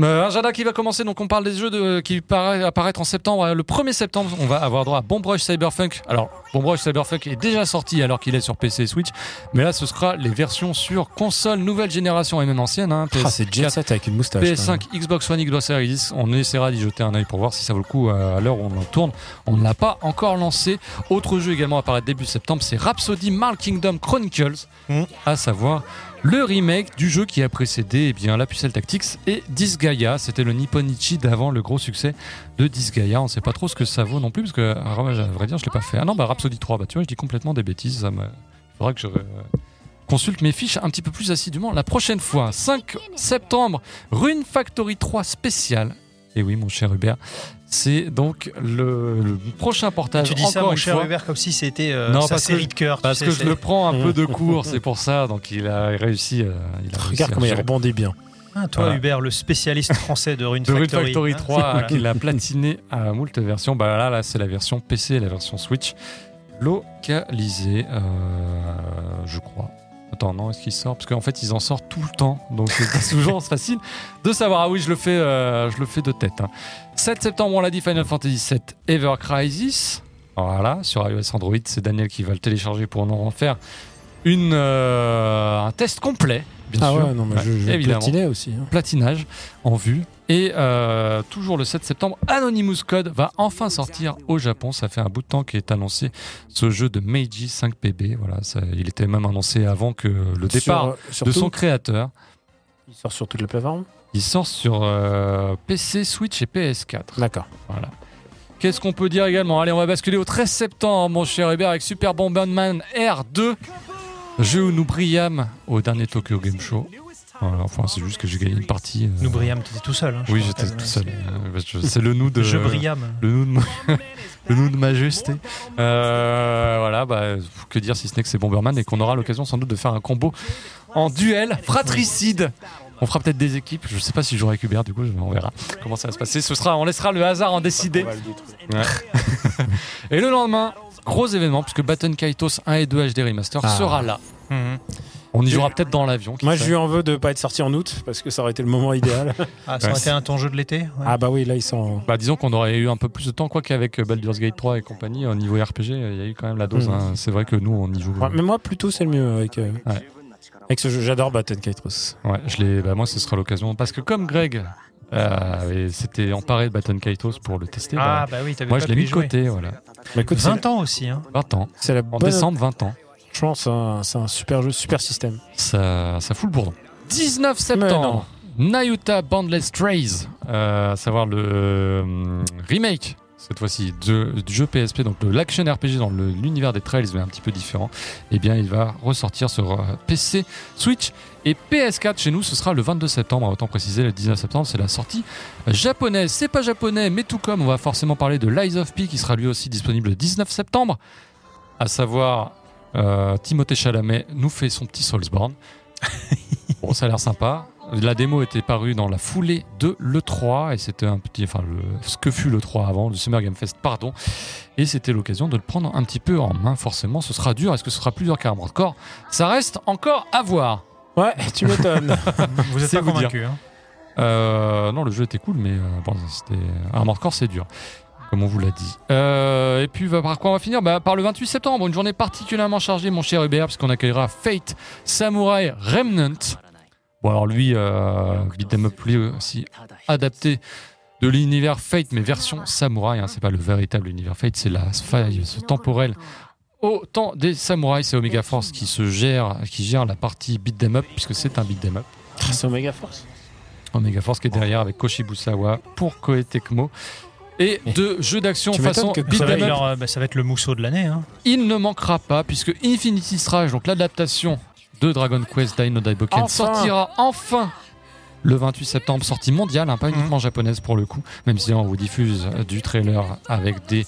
Euh, agenda qui va commencer, donc on parle des jeux de- qui para- apparaître en septembre. Euh, Le 1er septembre, on va avoir droit à Bomb Rush Cyberpunk. Alors, Bomb Rush Cyberpunk est déjà sorti alors qu'il est sur PC et Switch, mais là ce sera les versions sur console nouvelle génération et même ancienne. Hein,
Ah,
PS4,
c'est Jet Set avec une moustache. quand même.
PS5, Xbox One, Xbox Series X. On essaiera d'y jeter un œil pour voir si ça vaut le coup euh, à l'heure où on en tourne. On ne l'a pas encore lancé. Autre jeu également apparaître début septembre, c'est Rhapsody Marl Kingdom Chronicles,
Hmm.
Mm.
à savoir le remake du jeu qui a précédé eh bien, la pucelle Tactics et Disgaea. C'était le Nipponichi d'avant le gros succès de Disgaea. On ne sait pas trop ce que ça vaut non plus, parce que, à vrai à vrai dire, je ne l'ai pas fait. Ah non, bah Rhapsody 3, bah, tu vois, je dis complètement des bêtises. Ça me- Il faudra que je. euh, Consulte mes fiches un petit peu plus assidûment la prochaine fois. 5 septembre, Rune Factory 3 spécial. Et oui, mon cher Hubert, c'est donc le, le prochain portage.
tu dis
Ah, encore
ça, mon
une
cher
fois,
Hubert, comme si c'était euh,
Non,
sa
parce que
série
je-
de cœur. tu
Parce
sais,
que je
c'est- Mm.
le prends un peu de cours, c'est pour ça. Donc il a réussi. euh, il a réussi à
Regarde comment il
gérer.
rebondit bien.
Ah, toi,
Voilà.
Hubert, le spécialiste français de Rune
de Rune
Factory.
Factory
hein,
3
voilà.
qu'il a platiné à moult versions. Bah là, là c'est la version PC et la version Switch localisée, euh, je crois. Attends, non, est-ce qu'il sort Parce qu'en fait, ils en sortent tout le temps. Donc, c'est pas toujours facile de savoir. Ah oui, je le fais, euh, je le fais de tête. hein. 7 septembre, on l'a dit, Final Fantasy VII Ever Crisis. Voilà, sur iOS Android, c'est Daniel qui va le télécharger pour nous en faire une, euh, un test complet, bien
ah
sûr.
ouais, non, mais je, je
évidemment
platinais aussi. hein.
platinage en vue. Et euh, toujours le 7 septembre, Anonymous Code va enfin sortir au Japon. Ça fait un bout de temps qu'il est annoncé ce jeu de Meiji 5PB. Voilà, ça- il était même annoncé avant que le départ
Sur- euh, surtout,
de son créateur.
Il sort sur toutes les plateformes
Il sort sur euh, PC, Switch et PS4.
D'accord.
Voilà. Qu'est-ce qu'on peut dire également Allez, on va basculer au 13 septembre, mon cher Hubert, avec Super Bomberman R2. Jeu où nous brillâmes au dernier Tokyo Game Show. Voilà, enfin, c'est juste que j'ai gagné une partie. euh,
Nous brillâmes, t'étais tout seul. hein, je
Oui,
te
j'étais
rappelle,
tout
hein,
seul.
c'est-
Euh, parce que C'est le nous de.
Je brillâme.
Le nous de, ma- le nous de majesté. Euh, voilà, bah, que dire si ce n'est que c'est Bomberman et qu'on aura l'occasion sans doute de faire un combo en duel fratricide. On fera peut-être des équipes. Je sais pas si je jouerai avec Hubert, du coup, je- on verra comment ça va se passer. Ce sera, on laissera le hasard en décider. Ouais. et le lendemain, gros événement, puisque Batten Kaitos 1 et 2 HD Remaster
Ah.
sera là.
Mhm.
On y jouera peut-être dans l'avion. qui
Moi,
sait.
je lui en veux de pas être sorti en août parce que ça aurait été le moment idéal.
Ah, ça
Ouais.
aurait été un ton jeu de l'été ouais.
ah bah oui, là ils sont.
Bah, disons qu'on aurait eu un peu plus de temps, quoi qu'avec euh, Baldur's Gate 3 et compagnie, au niveau RPG, euh, il y a eu quand même la dose.
Mm.
Mhm.
hein. C'est vrai que nous, on y joue.
Ouais, mais moi, plutôt c'est le mieux avec, euh,
Ouais.
avec ce jeu. J'adore Batten Kaitos.
Ouais, je l'ai- bah, moi, ce sera l'occasion. Parce que comme Greg euh, avait- s'était emparé de Baton Kaitos pour le tester, bah,
Ah, bah oui, t'avais
moi,
pas
je l'ai
pu
mis
y
de
jouer.
côté. Voilà.
Mais écoute, c'est
20 ans aussi. Hein.
20 ans.
c'est la
En
bonne
décembre, 20 ans.
chance. hein. C'est un super jeu, super système.
Ça, ça fout le bourdon. 19
Mais
septembre.
non.
Nayuta Boundless Trails, euh, à savoir le euh, remake cette fois-ci de- du jeu PSP, donc de l'action RPG dans le- l'univers des Trails, mais un petit peu différent. Eh bien, il va ressortir sur euh, PC, Switch et PS4 chez nous. Ce sera le 22 septembre, autant préciser, le 19 septembre, c'est la sortie japonaise. C'est pas japonais, mais tout comme on va forcément parler de Lies of P qui sera lui aussi disponible le 19 septembre, à savoir. euh, Timothée Chalamet nous fait son petit Soulsborne. Bon, ça a l'air sympa. La démo était parue dans la foulée de l'E3 et c'était un petit, enfin le, ce que fut l'E3 avant, le Summer Game Fest, pardon. Et c'était l'occasion de le prendre un petit peu en main. Forcément, ce sera dur. Est-ce que ce sera plus dur qu'un encore Ça reste encore à voir.
Ouais, tu m'étonnes.
Vous êtes
C'est
pas
vous dire.
convaincu. Hein.
Euh, non, le jeu était cool, mais euh, bon, c'était Armored Core, c'est dur, comme on vous l'a dit. Euh, et puis, bah, par quoi on va finir Bah, Par le 28 septembre, une journée particulièrement chargée, mon cher Hubert, parce qu'on accueillera Fate Samurai Remnant. Bon, alors lui, euh, beat'em up lui aussi, adapté de l'univers Fate, mais version samouraï. hein, c'est pas le véritable univers Fate, c'est la faille temporelle au temps des samouraïs. C'est Omega Force qui se gère, qui gère la partie beat'em up, puisque c'est un beat'em up.
C'est Omega Force.
Omega Force qui est derrière avec Koshibusawa pour Koei Tecmo. Et de jeux d'action
Tu m'étonnes
façon
que
beat
Ça, va être
'em up,
leur, euh, bah, ça va être le mousseau de l'année. Hein.
il ne manquera pas puisque Infinity Strike, donc l'adaptation de Dragon Quest Dai no Daiboken,
Enfin
sortira enfin le 28 septembre, sortie mondiale, hein, pas uniquement japonaise pour le coup, même si on vous diffuse euh, du trailer avec des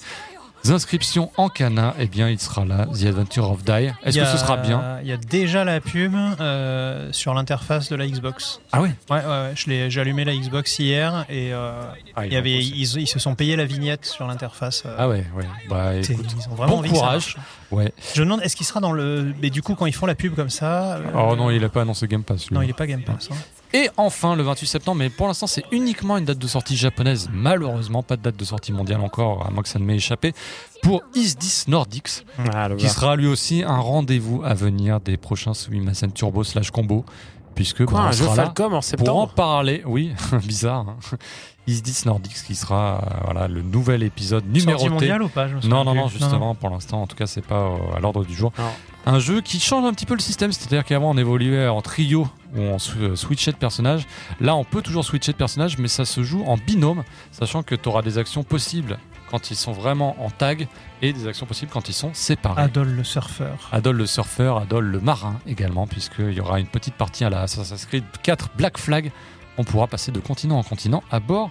inscriptions en kana, eh bien il sera là, The Adventure of Dai. Est-ce
Il y
que ce
a-
sera bien
Il y a déjà la pub euh, sur l'interface de la Xbox.
Ah ouais
Ouais, ouais, ouais, je l'ai- j'ai allumé la Xbox hier et euh, il y avait, ils, ils se sont payés la vignette sur l'interface. euh,
Ah ouais, ouais. Bah
c'est-
écoute,
ils ont vraiment
bon
envie que ça
courage.
marche.
ouais.
Je me demande, est-ce qu'il sera dans le. Mais du coup, quand ils font la pub comme ça. euh,
Oh non, il a pas annoncé Game Pass. lui.
non, il est pas Game Pass. hein.
Et enfin, le 28 septembre, mais pour l'instant, c'est uniquement une date de sortie japonaise. Malheureusement, pas de date de sortie mondiale encore, à moins que ça ne m'ait échappé. Pour Is 10 Nordics,
Ah, le
qui sera lui aussi un rendez-vous à venir des prochains Sumimasen Turbo slash Combo, puisque
Quoi,
bah, on
un jeu
sera là
Falcom en
pour en
septembre
parler. Oui, bizarre. Hein. Is 10 Nordics, qui sera euh, voilà, le nouvel épisode numéroté.
Sortie mondiale ou pas je me souviens
Non, non,
plus.
non, justement, pour l'instant, en tout cas, c'est pas euh, à l'ordre du jour.
Non.
Un jeu qui change un petit peu le système, c'est-à-dire qu'avant on évoluait en trio ou on sw- euh, switchait de personnage. Là, on peut toujours switcher de personnage, mais ça se joue en binôme, sachant que tu auras des actions possibles quand ils sont vraiment en tag et des actions possibles quand ils sont séparés.
Adol le surfeur.
Adol le surfeur, Adol le marin également, puisqu'il y aura une petite partie à la Assassin's Creed 4 Black Flag. On pourra passer de continent en continent à bord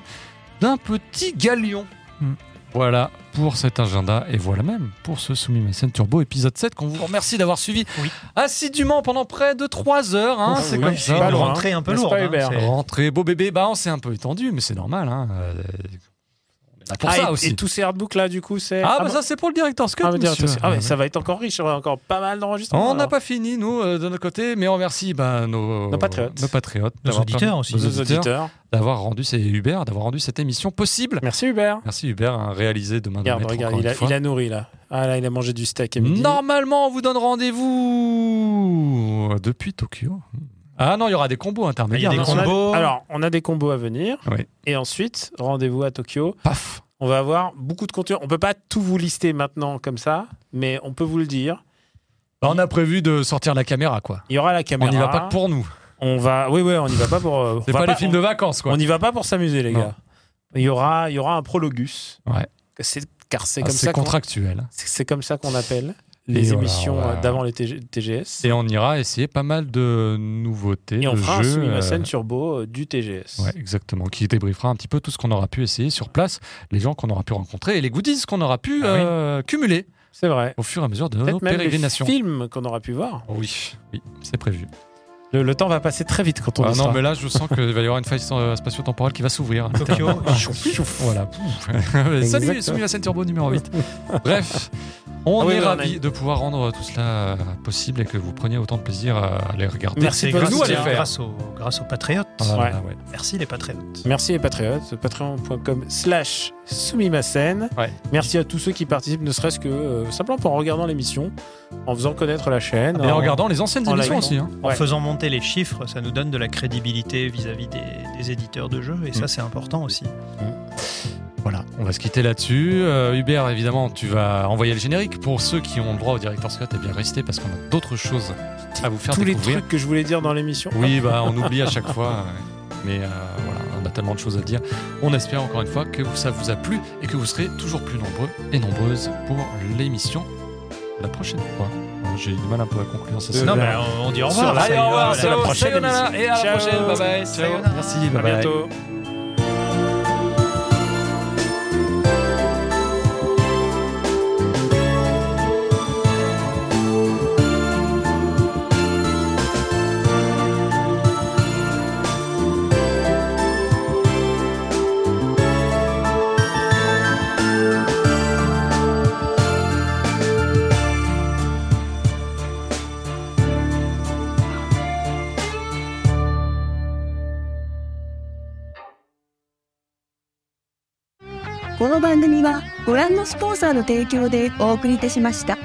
d'un petit galion.
Mm.
Hmm.
Voilà pour cet agenda et voilà même pour ce Soumimasen Turbo épisode 7 qu'on vous remercie d'avoir suivi
Oui.
assidûment pendant près de 3 heures. hein.
Ah
c'est
oui,
comme
c'est
si
pas
une
loin,
rentrée un peu
n'est-ce
lourde.
pas,
hein,
Hubert
c'est-
Rentrée, beau bébé, bah on s'est un peu étendu mais c'est normal. hein. Euh, on est là pour
Ah,
ça
et,
aussi.
et tous ces artbooks là, du coup, c'est.
Ah, bah
bon
ça c'est pour le directeur Scott.
Ah, mais dire-
monsieur.
ah, mais ça va être encore riche, on a encore pas mal d'enregistrements.
On n'a
alors.
pas fini, nous, euh, de notre côté, mais on remercie bah, nos,
Nos patriotes.
nos patriotes,
Nos
d'avoir
auditeurs
permis-
aussi.
nos
nos
auditeurs,
auditeurs.
d'avoir rendu, c'est Hubert, d'avoir rendu cette émission possible.
Merci Hubert.
Merci Hubert, hein, réalisé demain de
Regarde,
maître,
regarde,
encore
il
une
a,
fois.
il a nourri là. Ah là, il a mangé du steak à midi.
Normalement, on vous donne rendez-vous depuis Tokyo. Ah non, il y aura des combos
Il y a
intermédiaires.
des
bien sûr.
combos.
Alors, on a des combos à venir.
Oui.
Et ensuite, rendez-vous à Tokyo.
hein. Paf
On va avoir beaucoup de contenu. On peut pas tout vous lister maintenant comme ça, mais on peut vous le dire.
Bah, On a prévu de sortir la caméra, quoi.
Il y aura la
On
caméra.
n'y va pas que pour nous.
On va. Oui, oui, on n'y va pas pour. euh, on
C'est
va
pas, les films de vacances, quoi.
On n'y va pas pour s'amuser, les
Non.
gars. Il y aura, il y aura un prologus.
Ouais.
C'est- Car c'est
Ah,
comme,
C'est
ça qu'on-
contractuel.
c'est- c'est comme ça qu'on appelle les
voilà,
émissions
on va-
euh, d'avant les TG- TGS.
Et on ira essayer pas mal de nouveautés.
Et on
de
fera
jeux,
un
euh,
Sumimasen Turbo euh, du TGS.
Ouais, exactement. Qui débriefera un petit peu tout ce qu'on aura pu essayer sur place, les gens qu'on aura pu rencontrer et les goodies qu'on aura pu
Ah oui.
euh, cumuler
C'est vrai.
au fur et à mesure de nos
Peut-être même les
pérégrinations. Oh
films qu'on aura pu voir.
Oui, oui, c'est prévu.
Le, le temps va passer très vite quand on
Ah
dit
non,
ça.
mais là, je sens qu'il va y avoir une faille euh, spatio-temporelle qui va s'ouvrir. Ah,
Tokyo.
voilà. Salut,
Exactement.
soumis à scène turbo numéro 8. Bref, on
Ah oui,
est
oui, on a
ravis
une-
de pouvoir rendre tout cela euh, possible et que vous preniez autant de plaisir à les regarder.
Merci
C'est
de votre
grâce,
nous, à les
soutien.
faire.
grâce, aux, grâce aux patriotes.
Ah,
Ouais.
ouais.
Merci les patriotes.
Merci les patriotes, patreon.com slash soumimasen.
Ouais.
Merci à tous ceux qui participent, ne serait-ce que euh, simplement en regardant l'émission, en faisant connaître la chaîne.
Et en regardant les anciennes
en
émissions
likant.
aussi. hein.
En
Ouais.
faisant monter les chiffres, ça nous donne de la crédibilité vis-à-vis des, des éditeurs de jeux et
Mm.
ça c'est important aussi.
Voilà, on va se quitter là-dessus. Euh, Hubert, évidemment, tu vas envoyer le générique. Pour ceux qui ont le droit au Director Scott, eh bien restez parce qu'on a d'autres choses à vous faire
tous les
découvrir.
trucs que je voulais dire dans l'émission.
Oui, bah, on oublie à chaque fois. euh, Mais euh, voilà, on a tellement de choses à dire. On espère encore une fois que ça vous a plu et que vous serez toujours plus nombreux et nombreuses pour l'émission la prochaine fois. Alors, J'ai eu du mal un peu à conclure ça. c'est
Non,
vrai.
mais
on, dit au
revoir. Allez, au revoir,
à la
ciao,
prochaine.
sayonara, et à la
Ciao.
prochaine. Bye bye. Ciao.
Sayonara.
Merci.
À
Bye bye.
bientôt.
この番組はご覧のスポンサーの提供でお送りいたしました。